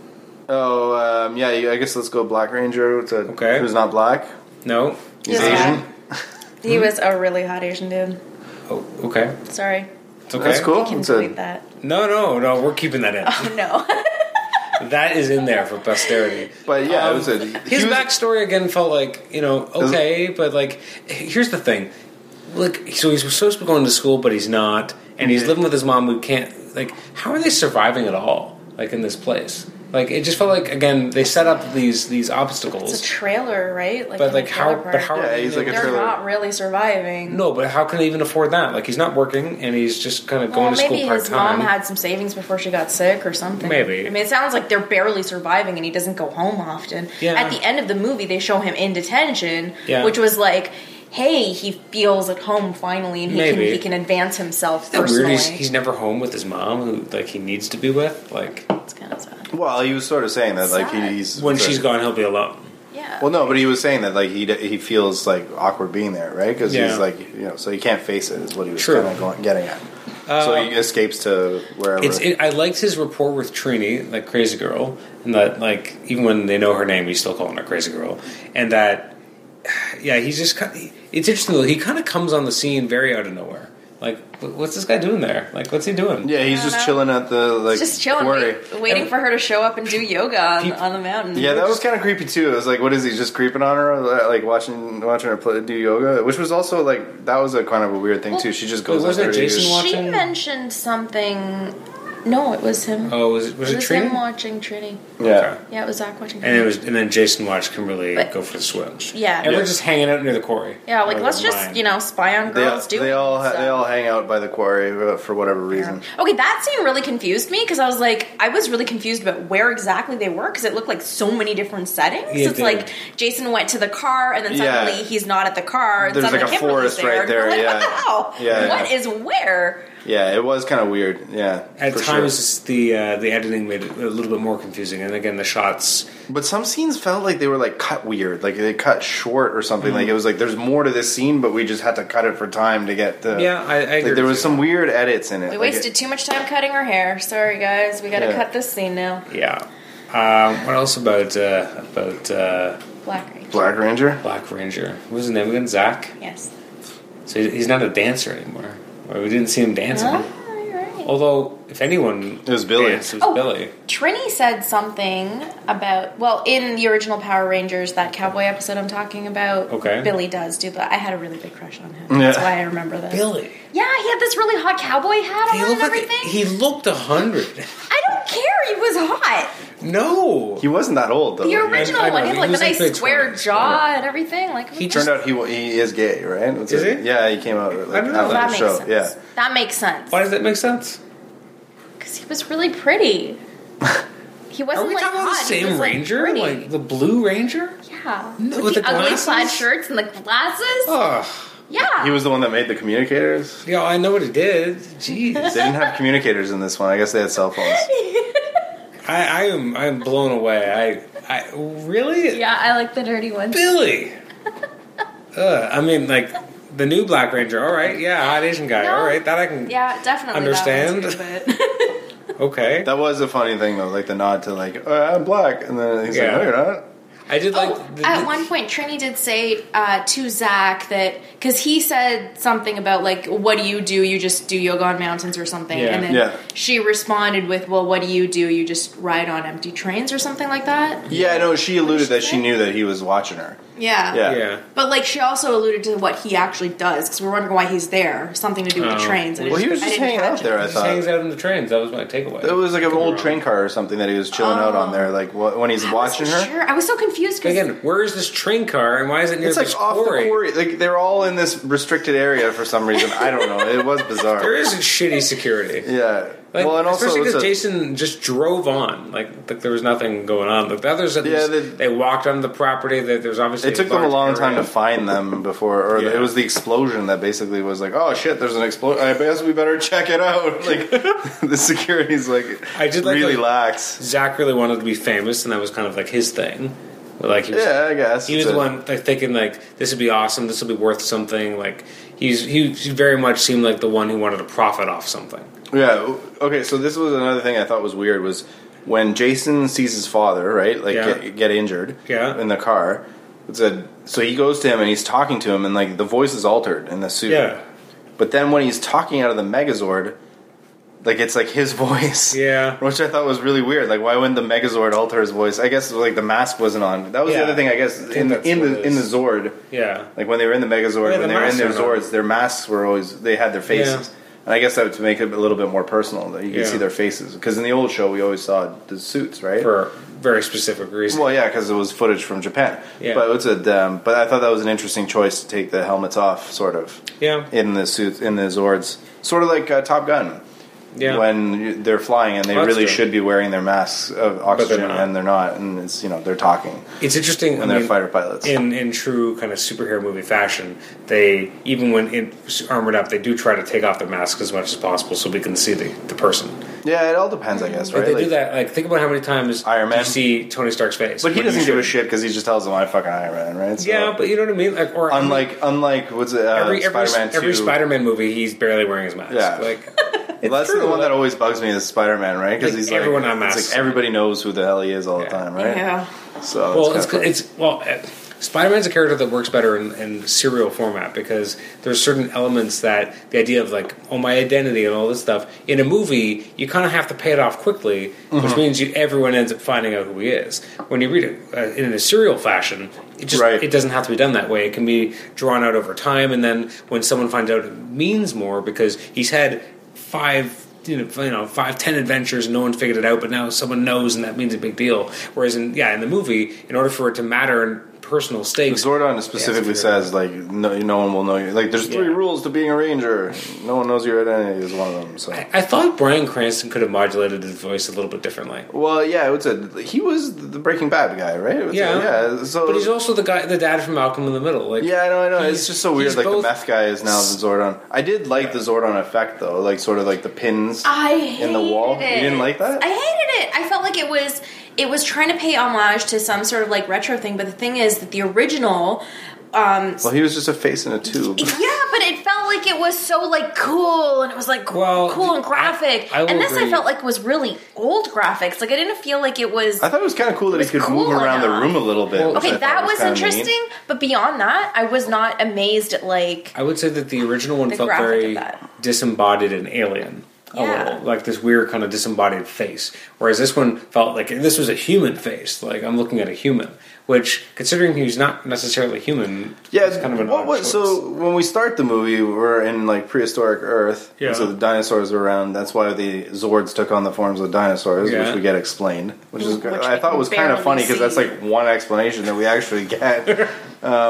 Oh um, yeah, I guess let's go Black Ranger. To,
Okay.
who's not black?
No.
He's
Yeah.
Asian.
He
Hmm?
was a really hot Asian dude.
Oh, okay.
Sorry,
It's okay.
That's cool.
can
It's a-
delete that.
No, no, no. We're keeping that in.
Oh no.
that is in there for posterity.
But yeah,
Um,
it was a
His
he was-
backstory again felt like you know okay, but like h- here's the thing: like so he's supposed to be going to school, but he's not, and he's living with his mom who can't. Like, how are they surviving at all? Like in this place, like it just felt like again they set up these these
It's a
obstacles,
trailer, right? Like,
but
in the
like how
trailer
but
park.
how are
Yeah,
they
he's like a
they're
trailer.
not really surviving.
no, but how can they even afford that? Like he's not working and he's just kind of going
well,
to
maybe
school part
his mom
time.
had some savings before she got sick or something.
Maybe.
I mean, it sounds like they're barely surviving, and he doesn't go home often.
Yeah.
At the end of the movie, they show him in detention,
Yeah.
which was like, hey, he feels at home finally, and he
Maybe.
can he can advance himself
Isn't that weird,
personally.
he's, he's never home with his mom, who like he needs to be with. Like
It's kind of sad.
Well, he was sort of saying that, like
Sad.
he's
when she's gone, he'll be alone.
Yeah.
Well, no, but he was saying that, like he d- he feels like awkward being there, right? Because
Yeah.
he's like, you know, so he can't face it. Is what he was
True. Um,
kind of going, getting at. so he escapes to wherever.
It's. It, I liked his rapport with Trini, like Crazy Girl, and that like even when they know her name, he's still calling her Crazy Girl, and that yeah, he's just. ki- It's interesting though. He kind of comes on the scene very out of nowhere. Like, wh- what's this guy doing there? Like, what's he doing?
yeah, he's just chilling at the like
Just chilling,
quarry.
wait, waiting for her to show up and do yoga on, on the mountain.
Yeah, that was kind of creepy too. It was like, what is he just creeping on her, uh, like watching watching her play, do yoga, which was also like that was a kind of a weird thing too. She just goes.
Wait, wasn't
after
it
her
Jason
ears.
Wa-
she
watching-
mentioned something. No, it was him.
Oh, was it was
it
it
was
Trini?
him watching Trini.
Yeah,
Okay.
Yeah, it was Zach watching.
And it
Trini.
was, and then Jason watched Kimberly
But-
go for the swim.
Yeah.
and we're
Yeah.
just hanging out near the quarry.
yeah, like
Where
let's
they're
just
lying.
you know spy on
they,
girls
all-
doing
they all ha-
stuff.
they all hang out by the quarry uh, for whatever reason.
Okay, that scene really confused me because I was like, I was really confused about where exactly they were because it looked like so many different settings.
Yeah, it
it's
did.
like Jason went to the car and then
Yeah.
suddenly he's not at the car. And
There's, like,
suddenly
a
Kimberly's
forest right
there. And
there,
you're like,
yeah.
What the hell?
Yeah,
What
yeah.
is where?
Yeah, it was kind of weird. Yeah,
At
for sure.
times, it's the uh, the editing made it a little bit more confusing, and again, the shots.
But some scenes felt like they were like cut weird, like they cut short or
Mm-hmm.
something. Like it was like there's more to this scene, but we just had to cut it for time to get the.
Yeah, I, I agree
like there
with
was
you.
some weird edits in it.
We
Like,
wasted
it-
too much time cutting her hair. Sorry, guys. We gotta
Yeah.
cut this scene now.
Yeah. Um, what else about uh, about uh,
Black Ranger.
Black Ranger.
Black Ranger? What was his name again? Zach.
Yes.
So he- he's not a dancer anymore. Or we didn't see him dancing.
Ah, you're right.
Although, if anyone,
It was Billy.
Danced, it was
Oh.
Billy.
Trini said something about well in the original Power Rangers that cowboy episode I'm talking about.
Okay.
Billy does do that. I had a really big crush on him. That's
Yeah.
why I remember this.
Billy.
Yeah, he had this really hot cowboy hat
He
on and
looked
everything.
like, he looked a hundred.
I don't care. He was hot.
No,
He wasn't that old though.
The
He-
original
I know,
one. He had
he
like the
was like
nice
big
square
twenties.
jaw and everything. Like
He
Turned out he wa- he is gay, right? What's
Is
it-
he?
Yeah, he came out like,
didn't know
after
that.
that
the
makes
show.
sense.
Yeah,
That makes sense.
Why does that make sense?
Because he was really pretty. He
Are
wasn't
we
like
talking about the
hot. he
same
was, like,
ranger,
pretty.
like the blue ranger?
yeah,
No,
with,
with
the,
the
ugly
glasses?
plaid shirts and the glasses.
Oh,
yeah,
he was the one that made the communicators.
yeah, I know what he did. Jeez,
They didn't have communicators in this one. I guess they had cell phones.
I, I am, I am blown away. I, I really,
Yeah, I like the dirty ones.
Billy. Ugh, I mean, like the new Black Ranger. All right, yeah, hot Asian guy.
No.
All right, that I can.
yeah, definitely.
Understand?
That one too, but-
Okay,
That was a funny thing though, like the nod to like oh, I'm black, and then he's
Yeah.
like, No, you're not.
I did like.
Oh,
the-
at
the-
one point, Trini did say uh, to Zach that because he said something about like, "What do you do? You just do yoga on mountains or something."
Yeah.
And then
Yeah.
she responded with, "Well, what do you do? You just ride on empty trains or something like that."
Yeah, I know. She alluded that she
say?
knew that he was watching her.
Yeah.
Yeah.
yeah.
But like, she also alluded to what he actually does because we're wondering why he's there. Something to do with
Oh.
the trains. And I
Well, he was
I
just
didn't
hanging
catch
out
it.
there. I
He just hangs
thought
out in the trains. That was my takeaway.
it was like an
Could be
old
wrong.
train car or something that he was chilling out on there, like wh- when
Oh,
he's
I
watching
wasn't
her.
Sure, I was so confused because
Again, where is this train car, and why is it near
It's
this
like off
quarry?
the quarry. Like they're all in this restricted area for some reason. I don't know. It was
There
bizarre.
is shitty security.
Yeah.
Like,
well, and also
especially
it's
because
a,
Jason just drove on, like, like there was nothing going on. Like the others, at
Yeah,
least, they,
they-
walked onto the property. That there's obviously
it took them a
large
long time
area.
to find them before, or
Yeah.
it was the explosion that basically was like, "Oh shit, there's an explosion! I guess we better check it out." Like the security's like,
I did like
really
the-
lax.
Zach really wanted to be famous, and that was kind of like his thing. But, Like he was,
Yeah, I guess
he was
It's
the
a-
one like thinking like this would be awesome. This will be worth something. Like he's he very much seemed like the one who wanted to profit off something.
Yeah. Okay. So this was another thing I thought was weird was when Jason sees his father, right? Like
Yeah.
get, get injured.
Yeah.
In the car, it's a so he goes to him and he's talking to him and like the voice is altered in the suit.
Yeah.
But then when he's talking out of the Megazord, Like it's like his voice,
Yeah.
which I thought was really weird. Like, why wouldn't the Megazord alter his voice? I guess like the mask wasn't on. That was
Yeah.
the other thing. I guess
think
in the
that's
in
what
the
it
in the
is.
Zord,
Yeah.
like when they were in the Megazord,
Yeah,
when
the
they were in their
masks are on.
Zords, their masks were always they had their faces, and I guess that would make it a little bit more personal that you could
Yeah.
see their faces. Because in the old show, we always saw the suits, right?
For very specific reasons.
Well, yeah, because it was footage from Japan.
Yeah.
But it's a um, but I thought that was an interesting choice to take the helmets off, sort of.
Yeah.
In the suit, in the Zords, sort of like uh, Top Gun.
Yeah.
When you- they're flying and they
That's
really
true.
should be wearing their masks of oxygen,
not.
and they're not, and it's you know they're talking
It's interesting
and
I
they're
mean,
fighter pilots.
in in true kind of superhero movie fashion. They even when it's armored up, they do try to take off the mask as much as possible so we can see the, the person.
yeah, it all depends, I guess, right?
Like, they
Like,
do that. Like think about how many times
Iron Man.
you see Tony Stark's face,
But he
when you
doesn't give a
should-
shit because he just tells them, "I fucking Iron Man," right? So,
Yeah, but you know what I mean. Like or
unlike unlike what's it, uh,
every every
Spider-Man
every,
two.
Spider-Man movie, he's barely wearing his mask.
Yeah.
Like
Well, that's
true,
the one
like-
that always bugs me is Spider Man, right? Because
Like,
he's like
everyone on
it's
masks.
like everybody knows who the hell he is all
Yeah.
the time, right?
Yeah.
So
well, it's
kinda funny.
it's well. uh, Spider-Man's a character that works better in, in serial format because there's certain elements that the idea of like oh my identity and all this stuff in a movie you kind of have to pay it off quickly,
Mm-hmm.
which means you, everyone ends up finding out who he is. When you read it uh, in a serial fashion, it just
Right.
it doesn't have to be done that way. It can be drawn out over time, and then when someone finds out, it means more because he's had five. You know, you know, five, ten adventures, and no one figured it out, but now someone knows, and that means a big deal. Whereas, in yeah, in the movie, in order for it to matter and personal stakes,
Zordon specifically
Yeah, it's weird.
says like no, no one will know you. Like there's three
Yeah.
rules to being a ranger. No one knows your identity is one of them. So
I, I thought Brian Cranston could have modulated his voice a little bit differently.
well, yeah, it's a he was the Breaking Bad guy, right? It was a-
Yeah.
yeah. So
But he's also the guy, the dad from Malcolm in the Middle. Like,
Yeah, I know, I know.
he's-
It's just so weird.
he's
Like the
both-
meth guy is now the Zordon. I did like the Zordon effect though, like sort of like the pins
I hated
in the wall.
It.
You didn't like that?
I hated it. I felt like it was it was trying to pay homage to some sort of like retro thing, but the thing is that the original um
well, he was just a face in a tube.
yeah, but it felt like it was so like cool, and it was like
Well,
cool and graphic.
I- I will
and this
agree.
I felt like was really old graphics. Like I didn't feel like it was
I thought it was kind of cool that he could
cool
move around the
enough.
room a little bit. which I
okay.
thought
That was
kinda neat.
interesting, but beyond that, I was not amazed at like
I would say that the original one
The
felt
graphic
very
of that.
disembodied and alien. A
Yeah.
little, like this weird kind of disembodied face. Whereas this one felt like this was a human face. Like I'm looking at a human, which, considering he's not necessarily human,
Yeah,
it's kind of an
what
odd
was-
choice.
so when we start the movie, we're in like prehistoric Earth.
Yeah.
So the dinosaurs are around. That's why the Zords took on the forms of dinosaurs,
Yeah.
which we get explained, which is
Mm, Which
I
we
thought was kind of
barely
funny because that's
see.
like one explanation that we actually get. um,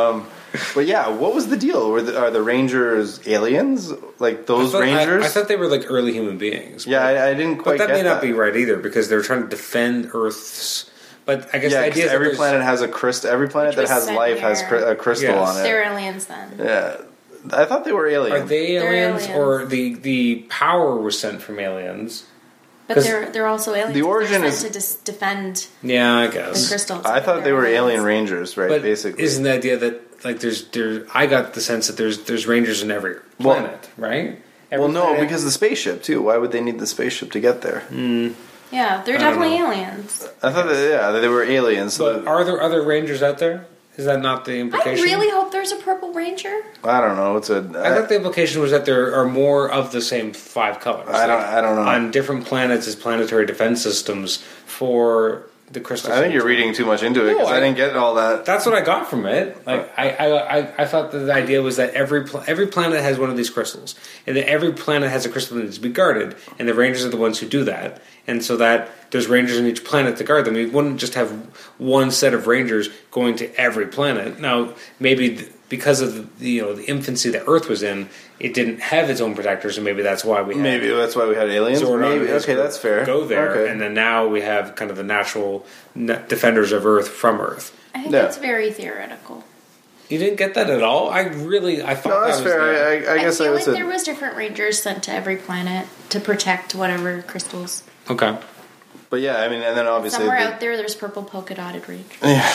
but yeah, what was the deal? Were the, are the Rangers aliens? Like
I
those
thought- I-
Rangers?
I, thought they were like early human beings.
yeah,
but,
I, I didn't
but
quite.
that
get
may not
that.
be right either because they're trying to defend Earth's. But I guess
Yeah,
the
'cause
idea is that
every
there's-
planet has a crystal. Every planet
Which
that
was
has
sent
life has
here.
cr- a crystal
Yes.
on it.
they're aliens then.
yeah, I thought they were aliens.
Are they
They're
aliens,
aliens.
or the the power was sent from aliens?
But
'Cause
they're they're also aliens.
the origin
they're
is- Mm-hmm.
sent to dis- defend
Yeah, I
the
guess.
crystals.
I thought they were alien rangers, right?
But
basically,
isn't the idea that like there's there? I got the sense that there's there's rangers in every
Well-
planet, right? Every
well, no,
planet-
because the spaceship too. Why would they need the spaceship to get there?
Mm.
Yeah, they're
I don't
definitely
know.
aliens.
I thought, that, yeah, that they were aliens. So
but
that,
are there other rangers out there? Is that not the
I
implication?
really hope there's a purple ranger.
I don't know. It's a.
I
I-
thought the implication was that there are more of the same five colors.
I don't- I don't know.
On different planets as planetary defense systems for the crystal.
I think you're
systems.
reading too much into it because
No, I-
I, didn't get all that.
That's what I got from it. Like I, I, I, I thought that the idea was that every pl- every planet has one of these crystals, and that every planet has a crystal that needs to be guarded, and the rangers are the ones who do that, and so that there's rangers in each planet to guard them. You wouldn't just have one set of rangers going to every planet. Now, maybe th- because of the, you know the infancy that Earth was in, it didn't have its own protectors, and maybe that's why we had
Maybe that's why we had aliens.
Zordon
Maybe
and his
okay,
group
that's fair.
Go there,
Okay.
and then now we have kind of the natural n- defenders of Earth from Earth.
I think
Yeah.
that's very theoretical.
You didn't get that at all. I really, I thought
no,
that
that's
was
fair.
there.
I, I, I guess I,
feel
would
like
say
there was different rangers sent to every planet to protect whatever crystals.
okay.
but yeah, I mean, and then obviously,
Somewhere
the-
out there, there's purple polka dotted rangers.
yeah.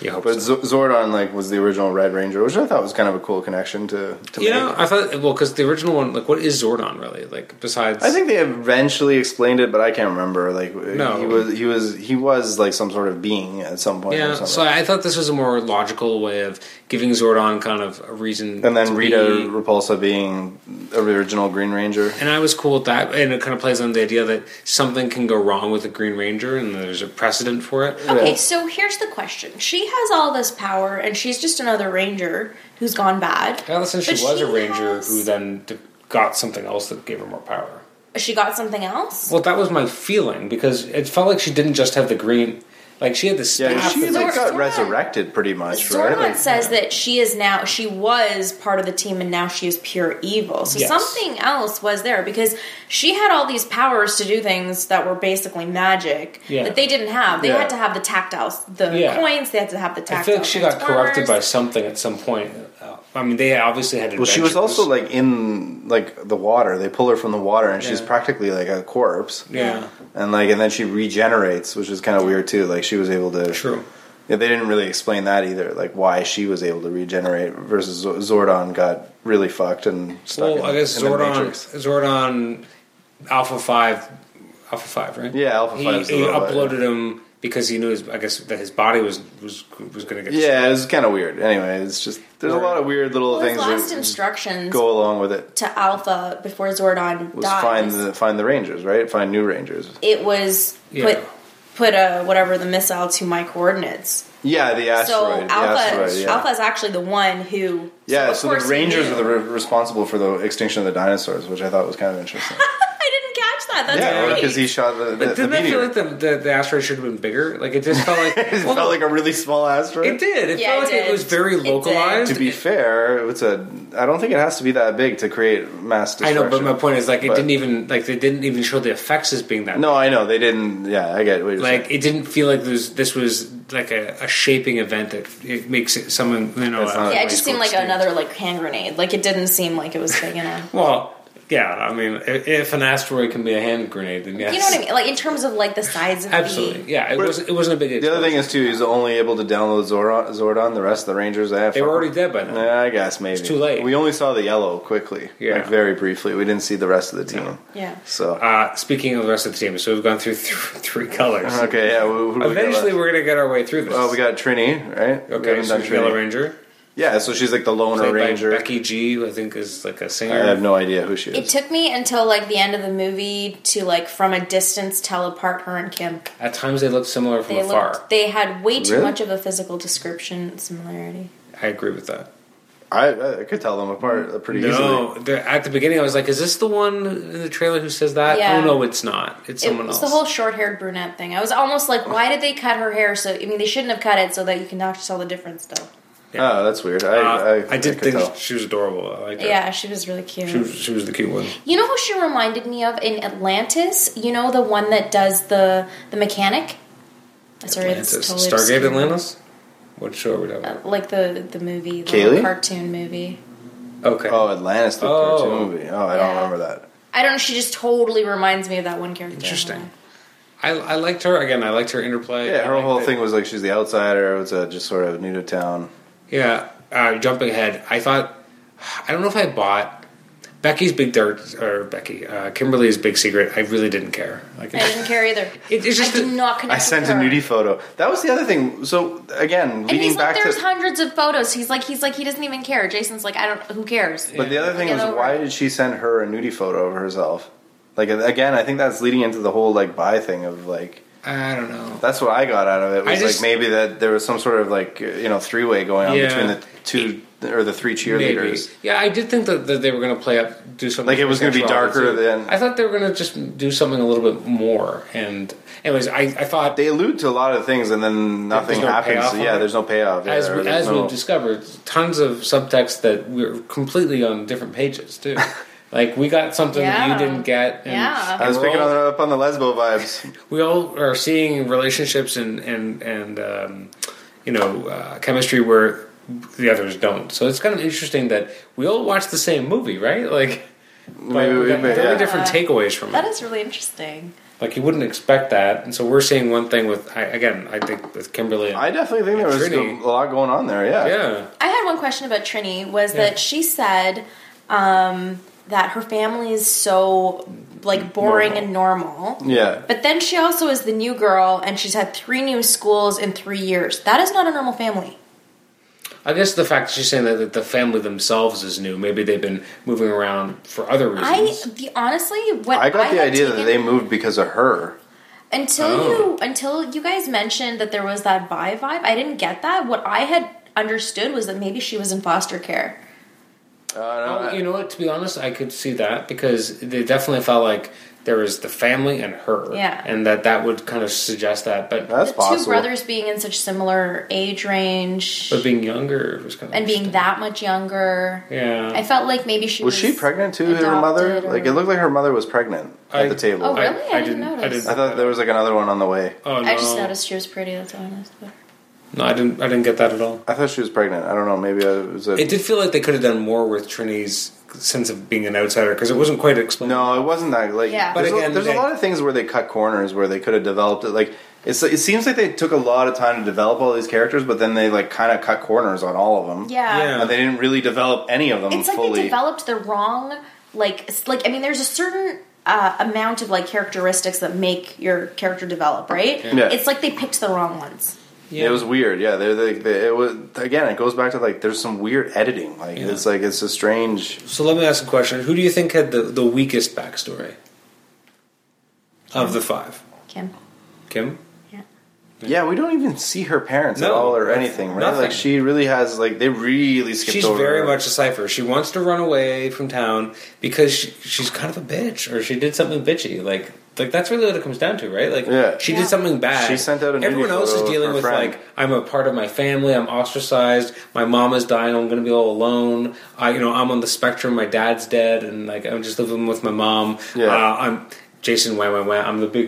You hope
But
so.
Z- Zordon like was the original Red Ranger, which I thought was kind of a cool connection to. to
Yeah,
make.
I thought well because the original one, like, what is Zordon really like? Besides,
I think they eventually explained it, but I can't remember. Like
No.
he was he was he was like some sort of being at some point. or
yeah.
something.
So I thought this was a more logical way of giving Zordon kind of a reason.
and then
to
Rita
be-
Repulsa being original Green Ranger.
and I was cool with that. And it kind of plays on the idea that something can go wrong with the Green Ranger, and there's a precedent for it.
Yeah.
Okay, so here's the question. She has all this power, and she's just another ranger who's gone bad.
Allison, she
But
was
she
a ranger
has-
who then d- got something else that gave her more power.
She got something else?
Well, that was my feeling because it felt like she didn't just have the green. Like she had the staff.
Yeah, she
and-
like, got
Zordon.
resurrected pretty much,
Zordon
right? Like,
says that she is now she was part of the team and now she is pure evil. So
Yes.
something else was there because she had all these powers to do things that were basically magic
Yeah.
that they didn't have. They
Yeah.
had to have the tactile the
Yeah.
coins, they had to have the tactile.
I feel like she got corrupted by
transformers.
something at some point. Uh, I mean, they obviously had.
well, she was
adventures.
also like in like the water. They pull her from the water, and she's
Yeah.
practically like a corpse.
yeah,
And like, and then she regenerates, which is kind of weird too. Like she was able to.
true.
Yeah, they didn't really explain that either. Like why she was able to regenerate versus Z- Zordon got really fucked and stuck.
Well,
in,
I guess
in the
Zordon,
Matrix.
Zordon, Alpha Five, Alpha Five, right?
Yeah, Alpha
he,
5 's the
He
robot,
uploaded him because he knew his. I guess that his body was was was going to get.
Yeah, it was kind of weird. Anyway, it's just there's a
Right.
lot of weird little
Well, his
things
last
that
instructions
go along with it.
to Alpha before Zordon
Was
dies.
find the find the Rangers, right? Find new Rangers.
it was
Yeah.
put put a whatever the missile to my coordinates.
Yeah, the asteroid.
so
the
Alpha
asteroid, yeah.
Alpha is actually the one who
Yeah,
of
so,
course
the
he
Rangers
knew.
are the re- responsible for the extinction of the dinosaurs, which I thought was kind of interesting.
I didn't catch that. That's
yeah,
great.
because he shot the, the,
But
the
didn't I feel
meteor.
like the, the the asteroid should have been bigger? Like it just felt like
it
well,
felt like a really small asteroid.
it did. It
Yeah,
felt
it
like it,
did.
was very
It did.
localized.
To be fair, it's a. I don't think it has to be that big to create mass
I
destruction.
know, but my point is like it
But-
didn't even like they didn't even show the effects as being that.
No, I know they didn't. Yeah, I get. Wait
Like it didn't feel like this. This was like a, a shaping event that it makes it someone you know.
That's
a
not-
yeah,
high
it just
school
seemed like
student.
another like hand grenade. Like it didn't seem like it was big enough.
Well, yeah, I mean, if, if an asteroid can be a hand grenade, then yes.
You know what I mean? Like in terms of like the size of the
Absolutely, yeah. It was it wasn't a big.
The other
explosion.
thing is too, he's only able to download Zordon. Zordon. The rest of the Rangers, they have.
they were already dead by then.
Yeah, I guess maybe
too late.
We only saw the yellow quickly,
Yeah.
like very briefly. We didn't see the rest of the team.
Yeah.
So
Uh, speaking of the rest of the team, so we've gone through th- three colors.
okay, yeah. Who, who do
Eventually,
Uh-huh. we
we're gonna get our way through this.
Oh, we got Trini, right? We
okay.
haven't
So
done
we've got Yellow
Trini.
Ranger,
Yeah, so she's like the loner
played
ranger.
by Becky G, who I think is like a singer.
I have no idea who she
It
is.
took me until like the end of the movie to like from a distance tell apart her and Kim.
At times, they look similar from
They
afar.
looked they had way too
Really?
much of a physical description similarity.
I agree with that.
I, I could tell them apart pretty
No,
easily.
they're- at the beginning, I was like, "Is this the one in the trailer who says that?"
Yeah.
Oh no, it's not. It's someone
it was
else.
the whole short-haired brunette thing. I was almost like, why did they cut her hair? So I mean, they shouldn't have cut it so that you can actually tell the difference, though.
Oh, that's weird. I,
Uh, I,
I,
did
could
think
tell.
she was adorable. I liked her.
Yeah, she was really cute.
she was, she was the cute one.
you know who she reminded me of in Atlantis? You know the one that does the the mechanic. Sorry,
Atlantis.
it's totally
Stargate
obscure.
Atlantis? What show are we talking
Uh,
about?
like the the movie, the
Kaylee?
cartoon movie.
Okay.
Oh, Atlantis, the
Oh.
cartoon movie. Oh, I don't
Yeah.
remember that.
I don't know. She just totally reminds me of that one character.
Interesting. I, I liked her. Again, I liked her interplay.
Yeah, her
I
whole
liked
thing
it.
was like she's the outsider. It was a just sort of new to town.
Yeah. Uh, jumping ahead, I thought. I don't know if I bought. Becky's big dirt or Becky uh, Kimberly's big secret. I really didn't care. Like,
I didn't care either.
It- it's just
I
that-
did not
I
connect.
sent a
with her.
nudie photo. That was the other thing. So again,
And
leading
he's like,
back
there's
to.
hundreds of photos. He's like, he's like, he doesn't even care. Jason's like, I don't. Who cares?
But the other thing
Get
was,
over
why
it.
did she send her a nudie photo of herself? Like again, I think that's leading into the whole like buy thing of like.
I don't know.
That's what I got out of it.
I
Was
just-
like maybe that there was some sort of like you know three way going on
Yeah.
between the two or the three
Maybe.
cheerleaders.
Yeah, I did think that, that they were going to play up, do something
Like, it was
going to
gonna be darker than-
I thought they were going to just do something a little bit more. And anyways, I, I thought
They allude to a lot of things and then nothing
no
happens.
payoff on
yeah,
it.
there's no payoff.
as
yeah,
we,
there's
as
no-
we've discovered, tons of subtext that we're completely on different pages too. like we got something
Yeah.
that you didn't get. And,
Yeah.
and
I was
we're
picking
all-
on, up on the lesbo vibes.
we all are seeing relationships and and and um, you know uh, chemistry where the others don't. So it's kind of interesting that we all watch the same movie, right? Like. but
Maybe
we
we-
got
maybe,
very
yeah.
different takeaways from
That
it.
is really interesting.
Like you wouldn't expect that, and so we're seeing one thing with I, again. I think with Kimberly. And,
I definitely think there was
Trini.
a lot going on there. Yeah.
yeah,
I had one question about Trini was
Yeah.
that she said um, that her family is so like boring and normal.
Yeah.
But then she also is the new girl and she's had three new schools in three years. That is not a normal family.
I guess the fact that she's saying that, that the family themselves is new, maybe they've been moving around for other
I
reasons.
the honestly, what
I got the
had
idea that
taken-
they moved because of her.
until
Oh.
you until you guys mentioned that there was that bi vibe. I didn't get that. What I had understood was that maybe she was in foster care.
Uh, no,
Oh, you know what? To be honest, I could see that because they definitely felt like there was the family and her,
Yeah.
and that that would kind of suggest that. But
that's
the
possible.
two brothers being in such similar age range
but being younger was kind of
and being that much younger.
yeah.
I felt like maybe she
was
was,
she pregnant too? Her mother?
adopted or-
Like it looked like her mother was pregnant
I-
at the table.
Oh,
I,
really?
I,
I
I
didn't
didn't. I
notice.
didn't.
thought there was like another one on the way.
Oh no!
I just noticed she was pretty. That's all I noticed. But
No, I didn't. I didn't get that at all.
I thought she was pregnant. I don't know. Maybe I was a,
It did feel like they could have done more with Trini's sense of being an outsider because it wasn't quite explained.
No, it wasn't that. Like,
Yeah.
there's,
But
a,
again,
there's a
they-
lot of things where they cut corners where they could have developed it. Like, it's it seems like they took a lot of time to develop all these characters, but then they like kind of cut corners on all of them.
yeah.
And they didn't really develop any of them
it's like
fully.
they developed the wrong like s- like i mean there's a certain uh, amount of like characteristics that make your character develop right
Yeah.
it's like they picked the wrong ones
Yeah.
It was weird. Yeah, they, they, they, it was again. It goes back to like there's some weird editing. Like
Yeah.
it's like it's a strange.
So let me ask a question: Who do you think had the, the weakest backstory of the five?
kim
Kim.
Yeah, we don't even see her parents at
No,
all or
that's
anything. Right?
nothing.
Like she really has like they really skipped
She's
over.
very
her.
much a cipher. She wants to run away from town because she, she's kind of a bitch, or she did something bitchy. Like, like that's really what it comes down to, right? Like,
Yeah.
she
Yeah.
did something bad.
She sent out a nudie
everyone else is
photo of
dealing
her
with
friend.
like, I'm a part of my family. I'm ostracized. My mom is dying. I'm going to be all alone. I, you know, I'm on the spectrum. My dad's dead, and like I'm just living with my mom.
Yeah.
Uh, I'm Jason. Wah wah wah. I'm the big.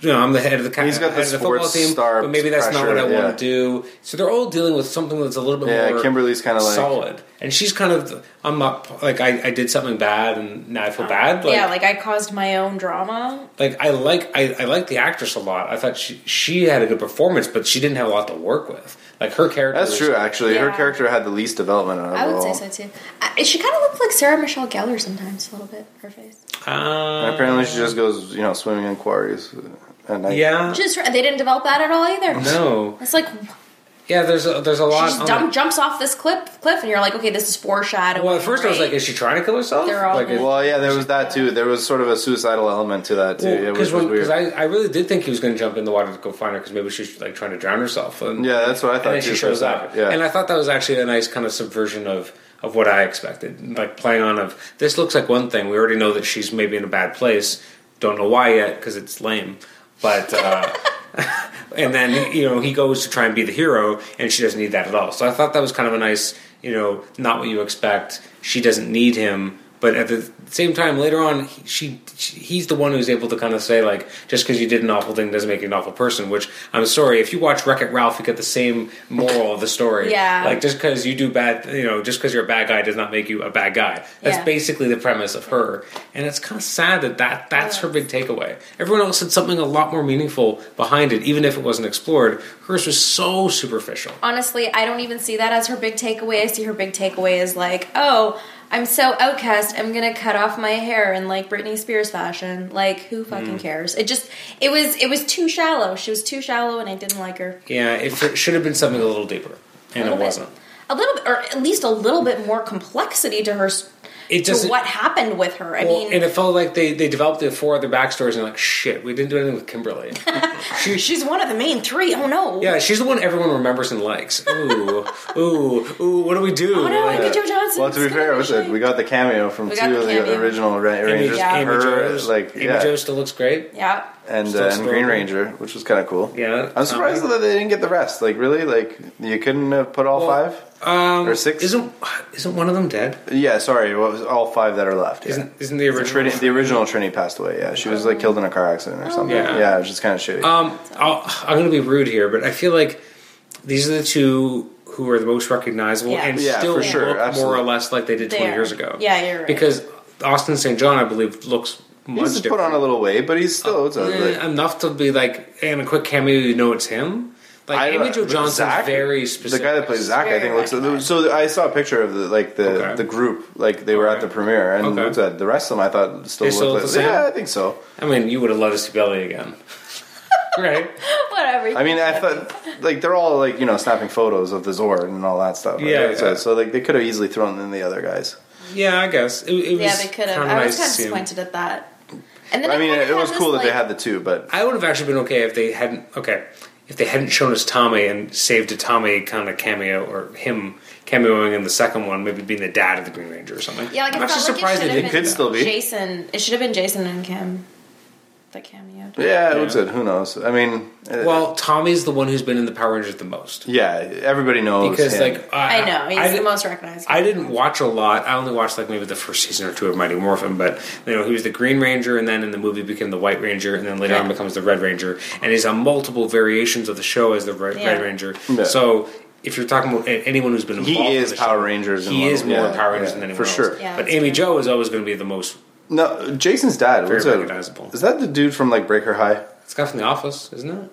You know, I'm the head of the. ca-
He's got the
head of football
sports star
but maybe that's not what I
pressure, yeah.
want to do. So they're all dealing with something that's a little bit
Yeah,
more.
Kimberly's kinda like-
solid, and she's kind of. I'm not like I, I did something bad, and now I feel bad. Like,
yeah like i caused my own drama
like I like I, I like the actress a lot. I thought she she had a good performance, but she didn't have a lot to work with. Like her character.
That's
was-
true. Actually, her
Yeah.
character had the least development. Out of
i would
all.
say so too I, she kind of looked like sarah michelle gellar sometimes a little bit her face
Uh,
And apparently, she just goes, you know, swimming in quarries at night.
yeah.
just they didn't develop that at all either
No.
it's like
Yeah. There's a, there's a
she
lot.
just
on
dump,
the-
jumps off this cliff cliff and you're like okay this is foreshadowing
well, at first I was
right?
like, is she trying to kill herself?
They're all
like,
good.
Well, yeah, there was that too. There was sort of a suicidal element to that too, yeah, which
because
was weird.
I, I really did think he was going to jump in the water to go find her because maybe she's like trying to drown herself. And,
yeah, that's what I thought.
and then
too
she
for a
shows
second.
up.
Yeah,
And I thought that was actually a nice kind of subversion of of what I expected, like playing on of this looks like one thing. We already know that she's maybe in a bad place. Don't know why yet because it's lame, but. Uh, And then you know he goes to try and be the hero, and she doesn't need that at all. So I thought that was kind of a nice, you know, not what you expect. She doesn't need him, but at the same time, later on, he, she, she he's the one who's able to kind of say like, just because you did an awful thing doesn't make you an awful person. Which I'm sorry, if you watch Wreck It Ralph, you get the same moral of the story.
Yeah.
like just because you do bad, you know, just because you're a bad guy does not make you a bad guy. That's
Yeah.
basically the premise of her, and it's kind of sad that, that that's her big takeaway. Everyone else had something a lot more meaningful behind it, even if it wasn't explored. Hers was so superficial.
honestly, I don't even see that as her big takeaway. I see her big takeaway as like, oh, I'm so outcast. I'm gonna cut off my hair in like Britney Spears fashion. Like, who fucking
Mm.
cares? It just, it was, it was too shallow. She was too shallow, and I didn't like her.
Yeah, it, it should have been something a little deeper, and
A little
it
bit.
wasn't.
A little bit, or at least a little bit more complexity to her. s-
It
to
doesn't-
what happened with her. I
Well,
mean,
and it felt like they, they developed the four other backstories and like shit, we didn't do anything with Kimberly.
she's one of the main three. Oh no.
yeah, she's the one everyone remembers and likes. Ooh, ooh, ooh. What do we do?
Oh no,
Like,
Amy Jo Johnson.
well, to be fair, it was a, we got the cameo from
We got
two
the
of the
cameo.
original Ra-
Amy,
Rangers.
Yeah.
Amy
Her,
Jo-
like,
Amy
yeah,
Jo still looks great.
Yeah.
and,
still
uh, and Green
adorable.
Ranger, which was kind of cool.
Yeah,
I'm surprised
um,
that they didn't get the rest. Like, really, like you couldn't have put all
Well,
five
Um,
or six.
Isn't isn't one of them dead?
yeah, sorry, what was all five that are left? Yeah.
Isn't isn't the original?
Trini, the original Trini passed away. Yeah, she was like killed in a car accident or something.
Yeah.
Yeah, it was just kind of shitty.
Um, I'll, I'm going to be rude here, but I feel like these are the two who are the most recognizable
Yeah.
and
Yeah,
still
for sure,
look more
absolutely.
or less like they did 20
They are.
years ago.
Yeah, you're right.
Because Austin St. John, I believe, looks much
he's just put
different.
on a little weight, but he's still it's, uh,
Eh,
like-
enough to be like in a quick cameo, you know it's him. Like
I don't-
Amy Jo Johnson's
Zach-
very specific.
The guy that plays Zach, I
very
think, looks.
recognized.
So I saw a picture of the like the
Okay.
the group, like they were at
Okay.
the premiere, and
Okay.
looked at the rest of them. I thought still
They still
looked
look
like
the same?
yeah, I think so.
I mean, you would have loved to see Belly again, right?
about everything.
I mean, I thought like they're all like you know snapping photos of the Zord and all that stuff. right?
Yeah,
so,
yeah.
so, like they could have easily thrown in the other guys.
Yeah, I guess it, it
Yeah,
was
they could have.
kinda
I
nice
was
to
kind of
see him.
disappointed at that. And then
I mean,
kinda
it
had
was
this,
cool that they
like-
had the two, but
I would have actually been okay if they hadn't. Okay, if they hadn't shown us Tommy and saved a Tommy kind of cameo or him cameoing in the second one, maybe being the dad of the Green Ranger or something.
Yeah, like
I'm
I
actually
felt like
surprised
it
they
should
didn't.
have
Could
been
still be.
Jason. It should have been Jason and Kim. The cameo.
yeah, it
Yeah.
looks good. Who knows? I mean, uh,
Well, Tommy's the one who's been in the Power Rangers the most
yeah, everybody knows
because,
him.
like, I,
I know he's
I
the
di-
most recognized.
I didn't watch a lot. I only watched like maybe the first season or two of Mighty Morphin, but you know he was the Green Ranger, and then in the movie became the White Ranger, and then later on becomes the Red Ranger, and he's on multiple variations of the show as the Red,
Yeah.
Red Ranger.
Yeah.
So if you're talking about a- anyone who's been involved,
he
in
is
the
Power
show,
Rangers. in
He
one-
is more
yeah,
in Power Rangers
yeah,
than anyone
for sure.
else.
Yeah,
but
that's
Amy
true.
Jo is always going to be the most.
No, Jason's dad. Very
recognizable.
Is that the dude from like Breaker High?
It's got from The Office, isn't it?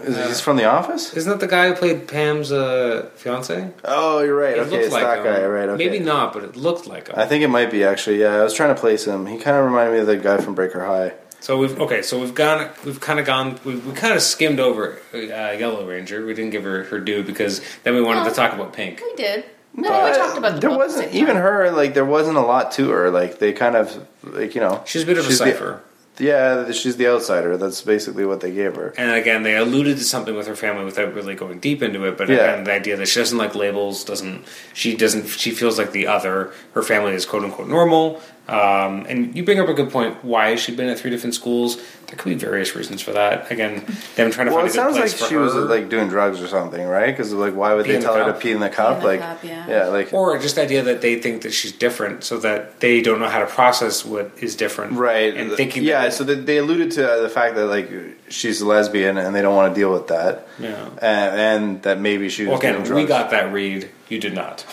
Is, he's from The Office.
Isn't that the guy who played Pam's uh, fiance?
Oh, you're right.
It
okay, it's that
him.
guy. Right. Okay.
Maybe not, but it looked like him.
I think it might be actually. Yeah, I was trying to place him. He kind of reminded me of the guy from Breaker High.
So we've okay. So we've gone. We've kind of gone. We, we kind of skimmed over uh, Yellow Ranger. We didn't give her her due because then we wanted to talk about Pink.
we did. No,
Uh,
we talked about the
there
book.
wasn't even her like there wasn't a lot to her like they kind of like you know
She's a bit of a
the-
cipher.
yeah she's the outsider that's basically what they gave her
And again, they alluded to something with her family without really going deep into it. But
Yeah.
again, the idea that she doesn't like labels doesn't she doesn't she feels like the other. Her family is quote unquote normal. Um, and you bring up a good point. Why she'd been at three different schools. There could be various reasons for that. Again, them trying to find a
well it
good
sounds like
place for
she
her.
was like doing drugs or something right because like why would
Pee
they
in the
tell her
cup.
to pee in the cup
in the
like
cup, yeah.
like
or just the idea that they think that she's different so that they don't know how to process what is different
right
and thinking
yeah
that
so they, they alluded to uh, the fact that like she's a lesbian and they don't want to deal with that
Yeah.
and, and that maybe she was
well, again
doing
we
drugs.
got that read you did not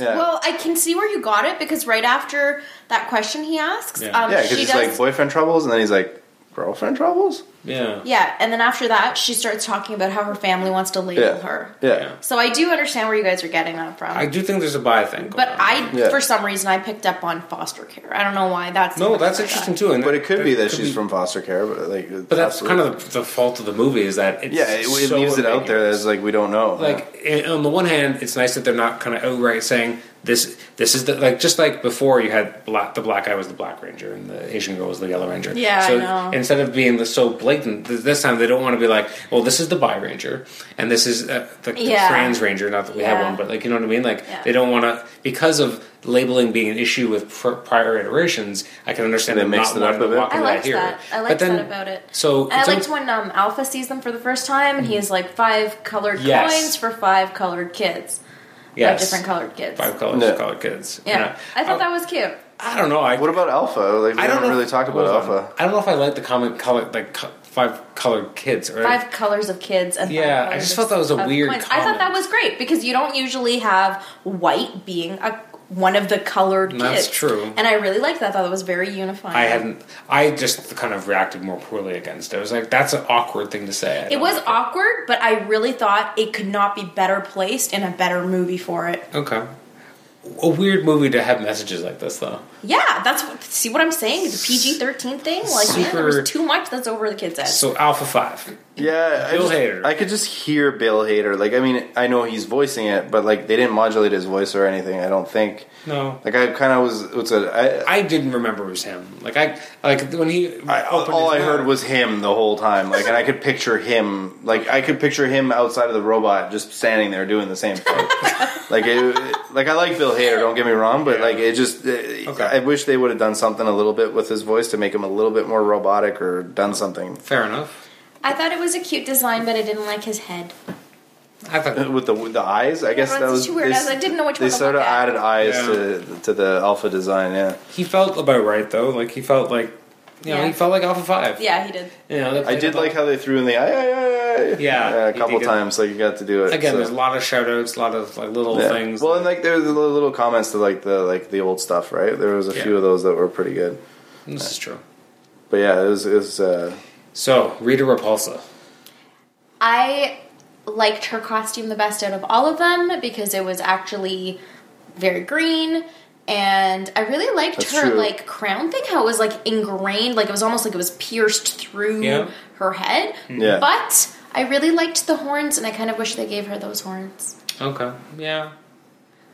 yeah.
Well, I can see where you got it because right after that question he asks,
Yeah.
um,
yeah because
she
he's
does.
like boyfriend troubles and then he's like girlfriend troubles
yeah
yeah, and then after that, she starts talking about how her family wants to label
yeah
her.
yeah
So I do understand where you guys are getting that from.
i do think there's a bi thing going
but
on.
I,
Yeah.
for some reason, I picked up on foster care. I don't know why. That's
no that's
like that.
interesting too and
But it could be that
could
she's from foster care, but like,
but that's kind of the, the fault of the movie is that it's
yeah. It, it
so
leaves it out there
ambiguous.
as like we don't know.
like and on the one hand it's nice that they're not kind of outright saying this this is the like just like before you had black the black guy was the black ranger and the asian girl was the yellow ranger
Yeah, I
so
know.
instead of being the, so blatant th- this time they don't want to be like well this is the bi ranger and this is uh, the, the
Yeah.
trans ranger not that we have
Yeah.
one but like you know what i mean like
Yeah.
they don't want to because of labeling being an issue with pr- prior iterations i can understand
They
them
mixed
not
it up
wanting
a
to
bit.
walk
I
into
liked
here
that. I
But
liked
then-
that about it.
so
And I
it's al-
liked when um, Alpha sees them for the first time, and he's like five colored
Yes.
coins for five colored kids, five
yes,
different colored kids.
five colors
Yeah.
colored Uh, kids
Yeah,
And
I thought that was cute.
I don't know I
what about Alpha? Like, we
I don't
haven't
know
really
if-
talked about
hold on.
Alpha.
I don't know if I like the comment color like co- five colored kids. Right?
Five colors of kids and five
Yeah, I
colors
just felt that was a
of
weird
coins. I thought that
comment.
was great because you don't usually have white being a one of the colored
That's
kids.
true.
and I really liked that. I thought it was very unifying.
I hadn't. I just kind of reacted more poorly against it. I was like, "That's an awkward thing to say." I
It
don't
was
like
awkward, but I really thought it could not be better placed in a better movie for it.
okay. A weird movie to have messages like this, though.
Yeah, that's what- see what I'm saying. The PG thirteen thing, like yeah, there
Super-
was too much that's over the kids' head.
So Alpha Five.
Yeah, I
Bill
just-
Hader.
I could just hear Bill Hader. Like, I mean, I know he's voicing it, but like they didn't modulate his voice or anything. I don't think.
No,
Like, I kind of was. What's it? I,
I didn't remember it was him. Like I, like when he
I,
opened
all I
his mouth.
heard was him the whole time, like, and I could picture him, like, I could picture him outside of the robot, just standing there doing the same thing. like, it, like I like Bill Hader, don't get me wrong, but like, it just, it,
Okay.
I wish they would have done something a little bit with his voice to make him a little bit more robotic or done something
fair enough.
I thought it was a cute design, but I didn't like his head.
I thought
with the with the eyes. I guess
that's
that was
too weird.
they-
I was like, didn't know which
They
one to
sort of
look at.
added eyes
Yeah.
to to the alpha design. Yeah,
he felt about right though. Like he felt like, you know,
Yeah.
he felt like Alpha Five.
Yeah, he did.
you know, that
I
played
did
about-
like how they threw in the eye, eye, eye, eye.
Yeah,
a
you
couple
did get-
times. Like you got to do it
again.
so.
There's a lot of shout outs, a lot of like little
Yeah.
things.
Well, and like there was the little comments to like the like the old stuff, right? There was a
Yeah.
few of those that were pretty good.
this is true.
But yeah, it was. It was uh,
So, Rita Repulsa.
I liked her costume the best out of all of them because it was actually very green and I really liked
That's
her
true.
like crown thing. How it was like ingrained, like it was almost like it was pierced through
Yeah.
her head.
Mm-hmm. Yeah.
But I really liked the horns, and I kind of wish they gave her those horns.
Okay. Yeah.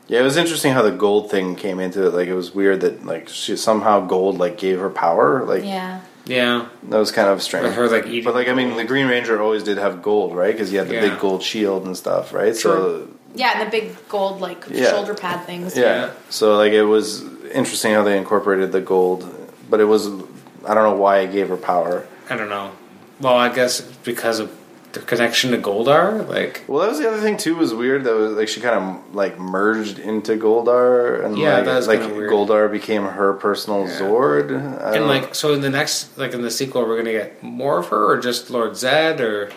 Yeah, it was interesting how the gold thing came into it. Like it was weird that like she somehow gold like gave her power. Like
Yeah,
Yeah.
that was kind of strange.
Or her, like, eating
but like I mean, the Green Ranger always did have gold, right? Because he had the
Yeah.
big gold shield and stuff, right?
True.
yeah, and the big gold like
Yeah.
shoulder pad things.
So yeah.
Yeah.
so like it was interesting how they incorporated the gold, but it was I don't know why it gave her power.
I don't know. Well, I guess because of the connection to Goldar, like
Well, that was the other thing too. Was weird that was like she kind of like merged into Goldar, and
Yeah,
like,
that was
like
kinda weird.
Goldar became her personal Zord. I don't
and
know.
like so in the next like in the sequel we're gonna get more of her or just Lord Zed or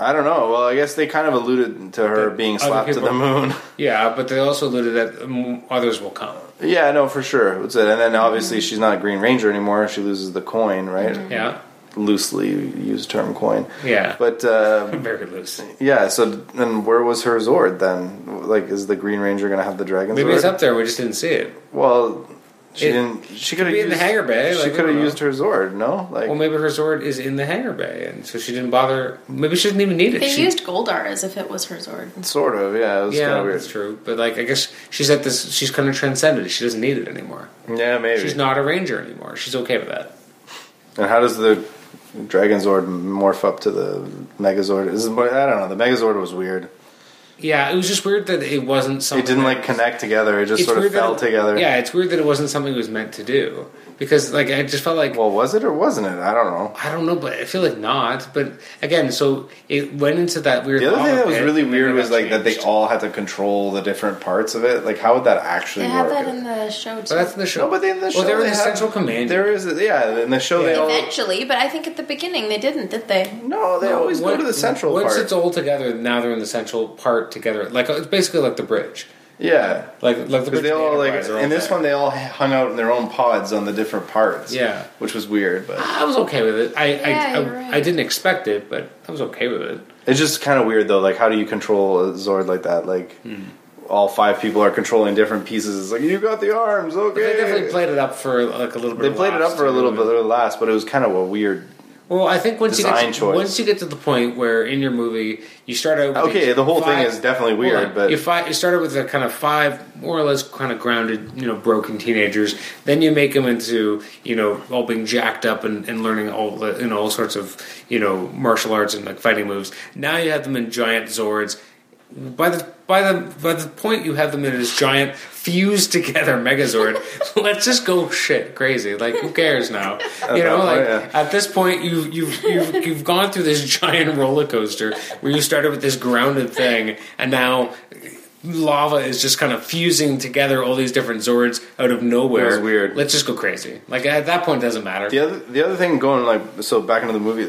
I don't know. Well, I guess they kind of alluded to her
That
being
other
slapped to the
people-
moon.
yeah, but they also alluded that um, others will come.
yeah, no, for sure. That's it. And then obviously she's not a Green Ranger anymore. She loses the coin, right?
Yeah,
Loosely used term coin.
yeah,
But uh,
very loose.
yeah, so then where was her Zord then? Like, is the Green Ranger gonna have the Dragon
Maybe
Zord?
it's up there. We just didn't see it.
Well, she
It
didn't. She could have
be in the hangar bay,
She
like, I
could have
don't know.
used her Zord. No, like
Well, maybe her sword is in the hangar bay, and so she didn't bother. Maybe she didn't even need it.
They
She-
used Goldar as if it was her sword.
sort of. Yeah, it was kind
yeah,
of weird.
that's true. But like, I guess she's at this. She's kind of transcended. She doesn't need it anymore.
Yeah, maybe.
She's not a ranger anymore. She's okay with that.
And how does the Dragon Zord morph up to the Megazord? Is I don't know. The Megazord was weird.
Yeah, it was just weird that it wasn't something.
It didn't
that-
like connect together. It just
It's
sort of
weird that
fell
it-
together.
Yeah, it's weird that it wasn't something it was meant to do because like I just felt like
Well, was it or wasn't it? I don't know.
I don't know, but I feel like not. But again, so it went into that weird.
The other
lava
thing that was
pit,
really
and then
weird
it
was
got
like that they
changed.
all had to control the different parts of it. Like, how would that actually
They had
work?
that in the show too.
But that's in the show.
no, but in the show,
well, they were in
they
the
had-
central command.
There is, yeah, in the show they all.
Eventually, but I think at the beginning they didn't, did they?
No, they always go
Once-
to the central
Once
part.
it's all together, now they're in the central part together. Like it's basically like the bridge.
yeah,
Like like the bridge.
because they
and the
all like
Enterprise are all
in this
there.
one they all hung out in their own pods on the different parts.
Yeah.
which was weird, but
I was okay with it. I
Yeah,
I, I,
you're right.
I didn't expect it, but I was okay with it.
It's just kind of weird though. Like, how do you control a Zord like that? Like,
Hmm.
all five people are controlling different pieces. It's like you got the arms, okay.
They definitely played it up for like a little bit.
They
of
played it
laughs,
up for a little
too.
bit of last, but it was kind of a weird.
Well, I think once you
Design
get to,
choice.
once you get to the point where in your movie you start out. With
Okay,
these
the whole thing
five-
is definitely
hold
weird,
on.
but-
you, fi- you started with a kind of five more or less kind of grounded, you know, broken teenagers. Then you make them into you know all being jacked up and, and learning all the you know all sorts of you know martial arts and like fighting moves. Now you have them in giant zords. By the by the by the point you have them in this giant fused together megazord, let's just go shit crazy. Like who cares now? You know,
that
like
point, Uh, oh, yeah.
at this point, you, you've you've you've gone through this giant roller coaster where you started with this grounded thing, and now lava is just kind of fusing together all these different Zords out of nowhere.
It was weird.
Let's just go crazy. Like at that point, it doesn't matter.
The other, the other thing going like so back into the movie.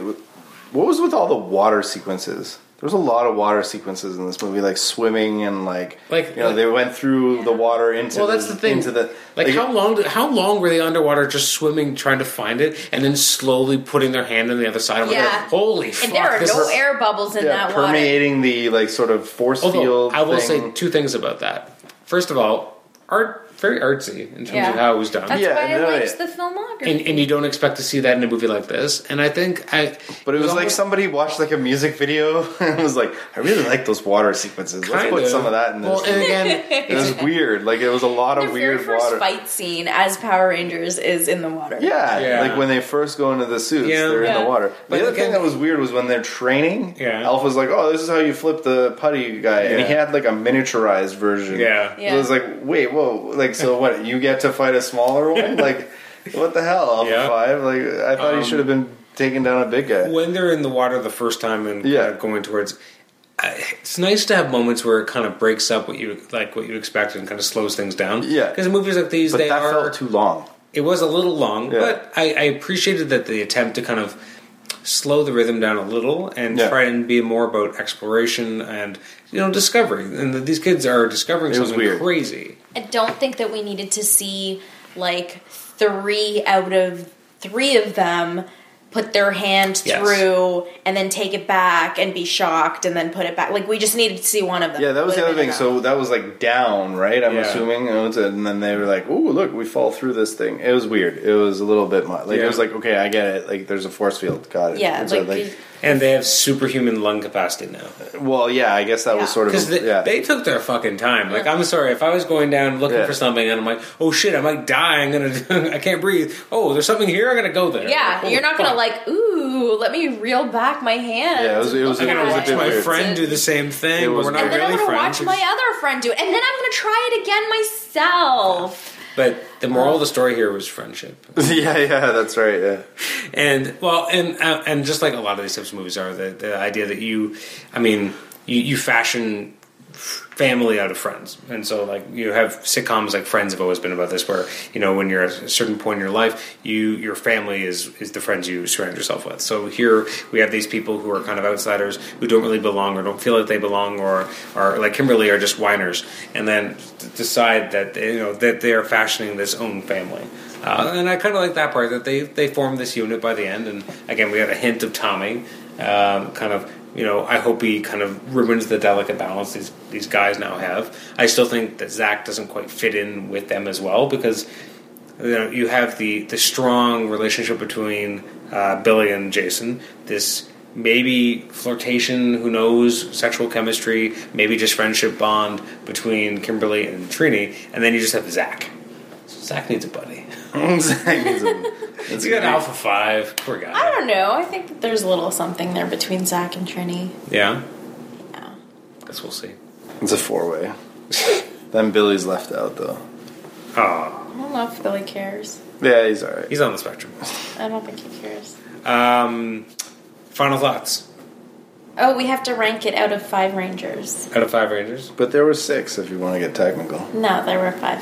What was with all the water sequences? There was a lot of water sequences in this movie, like swimming and like,
Like-
you know,
like-
they went through the water into
Well, that's the thing.
into the
like, how long? did- How long were they underwater, just swimming, trying to find it, and then slowly putting their hand on the other side? of it?
Yeah.
Holy fuck!
And there are
this
no
is-
air bubbles in
yeah,
that water.
permeating the like sort of force
Although
field.
I will say
thing.
two things about that. First of all, art very artsy in terms
Yeah.
of how it was done.
That's
Yeah,
why I
no,
liked
yeah.
the filmography.
and, and you don't expect to see that in a movie like this. And I think I,
But it was like
almost-
somebody watched like a music video and was like, "I really like those water sequences. Let's
kind
put
of.
some of that in this."
Well, and again,
it was weird. Like it was a lot
The
of
very
weird
first
water.
fight scene as Power Rangers is in the water.
Yeah,
Yeah.
like when they first go into the suits,
Yeah.
they're in
Yeah.
the water.
But
the other
again-
thing that was weird was when they're training.
Yeah.
Alpha's like, "Oh, this is how you flip the putty guy," and he
Yeah.
had like a miniaturized version.
Yeah.
So it was like, "Wait, whoa!" Like, so what? You get to fight a smaller one? Like, what the hell, Alpha
Yeah. Um,
Five? Like, I thought he should have been taking down a big guy.
when they're in the water the first time and kind
Yeah.
of going towards, I- it's nice to have moments where it kind of breaks up what you like, what you expect, and kind of slows things down.
Yeah.
because movies like these,
But
they
that
are
felt too long.
It was a little long,
Yeah.
but I, I appreciated that the attempt to kind of slow the rhythm down a little and
Yeah.
try and be more about exploration and you know discovery. And that these kids are discovering
It was
something
weird.
crazy.
I don't think that we needed to see like three out of three of them
put their hand
Yes.
through and then take it back and be shocked and then put it back. Like we just needed to see one of them.
Yeah, that was
Would
the
have
other
been
thing. So
enough.
that was like down, right? I'm
Yeah.
assuming, and it was- and then they were like, "Ooh, look, we fall through this thing." It was weird. It was a little bit much. Like
Yeah.
it was like, okay, I get it. Like there's a force field. Got it.
yeah,
And so,
like, you-
And they have superhuman lung capacity now.
well, yeah, I guess that was
Yeah.
sort of
Because
a,
they,
yeah.
they took their fucking time. Like, I'm sorry, if I was going down looking
Yeah.
for something and I'm like, oh shit, I might die. I'm gonna, I can't breathe. Oh, there's something here. I'm gonna go there.
Yeah,
Like, oh,
you're not gonna
fuck.
like, ooh, let me reel back my hand.
Yeah, it was- it was-
and
I'm
look at
gonna
was a
watch
bit
my
weird.
friend do the same thing,
It
but
was-
we're not
And then
really
I'm gonna
friends.
watch my other friend do it, and then I'm gonna try it again myself.
But the moral of the story here was friendship.
yeah, yeah, that's right. Yeah,
and well, and uh, and just like a lot of these types of movies are, the the idea that you, I mean, you, you fashion family out of friends, and so like you have sitcoms like Friends have always been about this, where you know when you're at a certain point in your life, you your family is is the friends you surround yourself with. So here we have these people who are kind of outsiders who don't really belong or don't feel like they belong or are like Kimberly are just whiners, and then d- decide that they, you know that they are fashioning this own family. Uh, and I kind of like that part that they they form this unit by the end. And again, we got a hint of Tommy, um, kind of. You know, I hope he kind of ruins the delicate balance these these guys now have. I still think that Zach doesn't quite fit in with them as well because you know you have the the strong relationship between uh, Billy and Jason. This maybe flirtation, who knows, sexual chemistry, maybe just friendship bond between Kimberly and Trini, and then you just have Zach. So Zach needs a buddy.
it's
He's got Alpha Five. Poor guy.
I don't know. I think there's a little something there between Zach and Trini.
Yeah.
Yeah.
Guess we'll see.
It's a four way. then Billy's left out though.
Oh,
I don't know if Billy cares.
Yeah, he's all right.
he's on the spectrum.
I don't think he cares.
Um, final thoughts
Oh, we have to rank it out of five Rangers.
out of five Rangers.
But there were six, if you want to get technical.
No, there were five.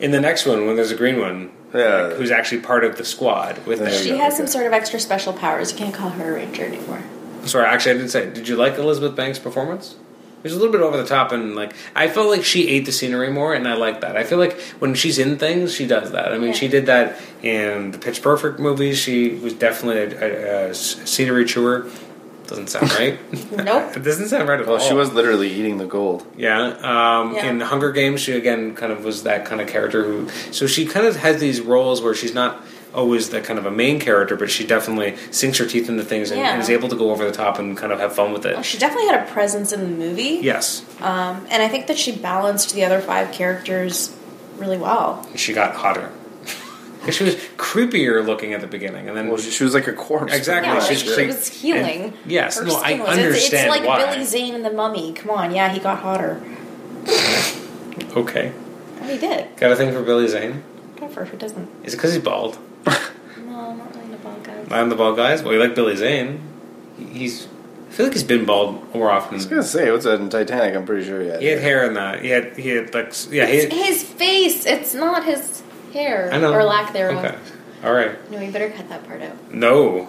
In the next one, when there's a green one,
Yeah.
like, who's actually part of the squad with
There
them.
you
She
go.
has some sort of extra special powers. You can't call her a Ranger anymore.
Sorry, actually, I didn't say. Did you like Elizabeth Banks' performance? It was a little bit over the top, and like I felt like she ate the scenery more, and I like that. I feel like when she's in things, she does that. I mean, she did that in the Pitch Perfect movies. She was definitely a, a- a scenery chewer. Doesn't sound right.
Nope.
it doesn't sound right at
Well,
all.
she was literally eating the gold.
Yeah. Um,
Yeah.
In Hunger Games, she again kind of was that kind of character who. So she kind of has these roles where she's not always the kind of a main character, but she definitely sinks her teeth into things and, and
Yeah.
is able to go over the top and kind of have fun with it.
Oh, She definitely had a presence in the movie.
Yes.
Um, and I think that she balanced the other five characters really well.
And she got hotter. 'Cause she was creepier looking at the beginning, and then
Well, she, she was like a corpse.
Exactly.
Yeah,
She's
like,
great.
she was healing.
And- yes,
Her
no, I
skin was- it's-
understand
It's, like
why.
Billy Zane in The Mummy. Come on, yeah, he got hotter.
okay.
Oh, he did.
Got a thing for Billy Zane?
Good for who doesn't.
Is it because he's bald?
No, I'm not really into bald guys.
I'm the bald guys. Well, you like Billy Zane? He's. I feel like he's been bald more often.
I was gonna say, what's that in Titanic? I'm pretty sure he had.
He had hair in that. He had he had like s- yeah. He
It's his face. It's not his hair
I know
or lack thereof.
Okay, all right.
No, you better cut that part out.
No,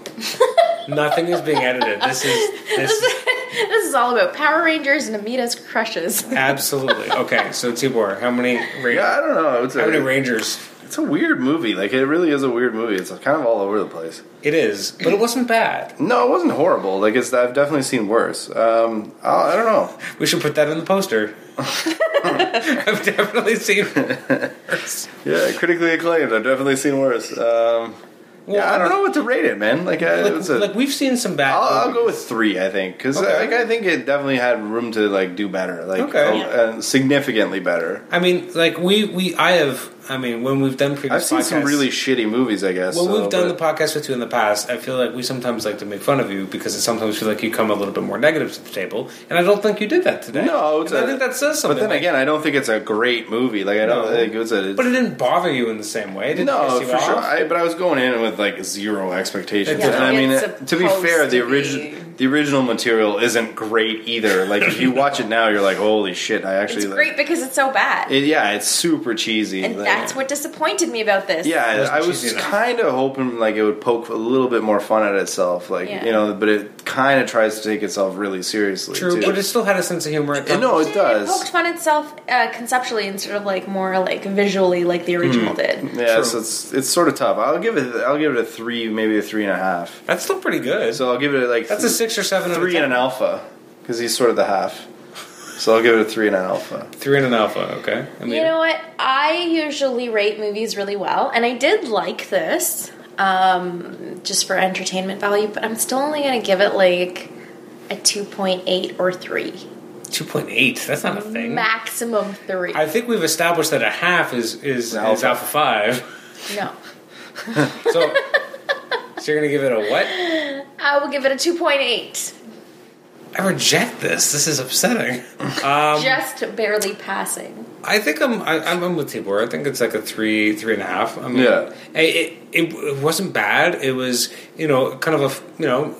nothing is being edited. This is this
this is all about Power Rangers and Amita's crushes.
absolutely okay. So Tibor, how many ra-
Yeah, I don't know. It's
how many
a,
Rangers?
it's a weird movie. Like it really is a weird movie. It's kind of all over the place.
It is, but it wasn't bad.
No, it wasn't horrible. Like it's I've definitely seen worse. Um, I, I don't know.
We should put that in the poster. I've definitely seen worse.
Yeah, critically acclaimed. I've definitely seen worse. Um, yeah, I don't know what to rate it, man. Like, I,
Like,
it's a,
like, we've seen some bad.
I'll, I'll go
movies.
with three. I think because
Okay.
like I think it definitely had room to like do better. Like
Okay.
uh, uh, significantly better.
I mean, like we we I have. I mean, when we've done previous,
I've seen some
podcasts-
really shitty movies. I guess.
When
so,
we've done
but-
the podcast with you in the past, I feel like we sometimes like to make fun of you because it sometimes feel like you come a little bit more negative to the table, and I don't think you did that today.
No,
and I think that says something.
But then
like-
again, I don't think it's a great movie. Like I don't
No.
think it was a.
but it didn't bother you in the same way. It didn't
no,
piss you
for
off.
sure. I, but I was going in with like zero expectations,
Yeah,
and I mean,
it's
it- to be
supposed
fair, the
to be
original the original material isn't great either. Like if you watch it now, you're like, holy shit! I actually
It's
like,
great because it's so bad.
It, yeah, it's super cheesy.
and
like-
that's what disappointed me about this.
Yeah,
wasn't
I was
cheesy enough.
kind of hoping like it would poke a little bit more fun at itself, like
Yeah.
you know. But it kind of tries to take itself really seriously.
True,
too.
but it still had a sense of humor.
And no, oh, it
Poked
does.
fun itself uh, conceptually instead of like more like visually like the original
Mm-hmm.
did.
Yeah,
True.
so it's it's sort of tough. I'll give it I'll give it a three, maybe a three and a half.
That's still pretty good.
So I'll give it like
That's a six or seven. out of
three and
ten.
an alpha because he's sort of the half. So I'll give it a three and an alpha.
Three and an alpha. Okay. I mean,
You know what? I usually rate movies really well, and I did like this um, just for entertainment value, but I'm still only going to give it like a 2.8 or 3.
two point eight. That's not a thing.
Maximum 3.
I think we've established that a half is is alpha, is
Alpha.
alpha five.
no.
So, so you're gonna give it a what?
I will give it a 2.8.
I reject this. This is upsetting. Um,
Just barely passing.
I think I'm I, I'm I'm with Tibor. I think it's like a three three and a half. I mean,
Yeah.
I- it, it it wasn't bad. It was you know kind of a f- you know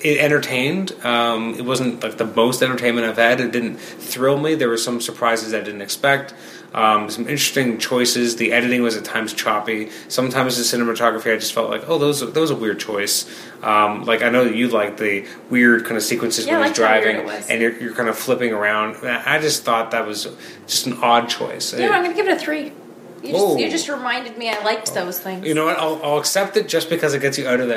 it entertained. Um, it wasn't like the most entertainment I've had. It didn't thrill me. There were some surprises I didn't expect. Um, some interesting choices. The editing was at times choppy. Sometimes the cinematography, I just felt like, oh, those that was a weird choice. Um, like I know that you like the weird kind of sequences
I
when he's
liked how weird
driving,
it was.
and you're, you're kind of flipping around. And I I just thought that was just an odd choice.
No, I'm
It-
gonna give it a three. You
Whoa. Oh.
just, you just reminded me I liked those things.
you know what? I'll, I'll accept it just because it gets you out of the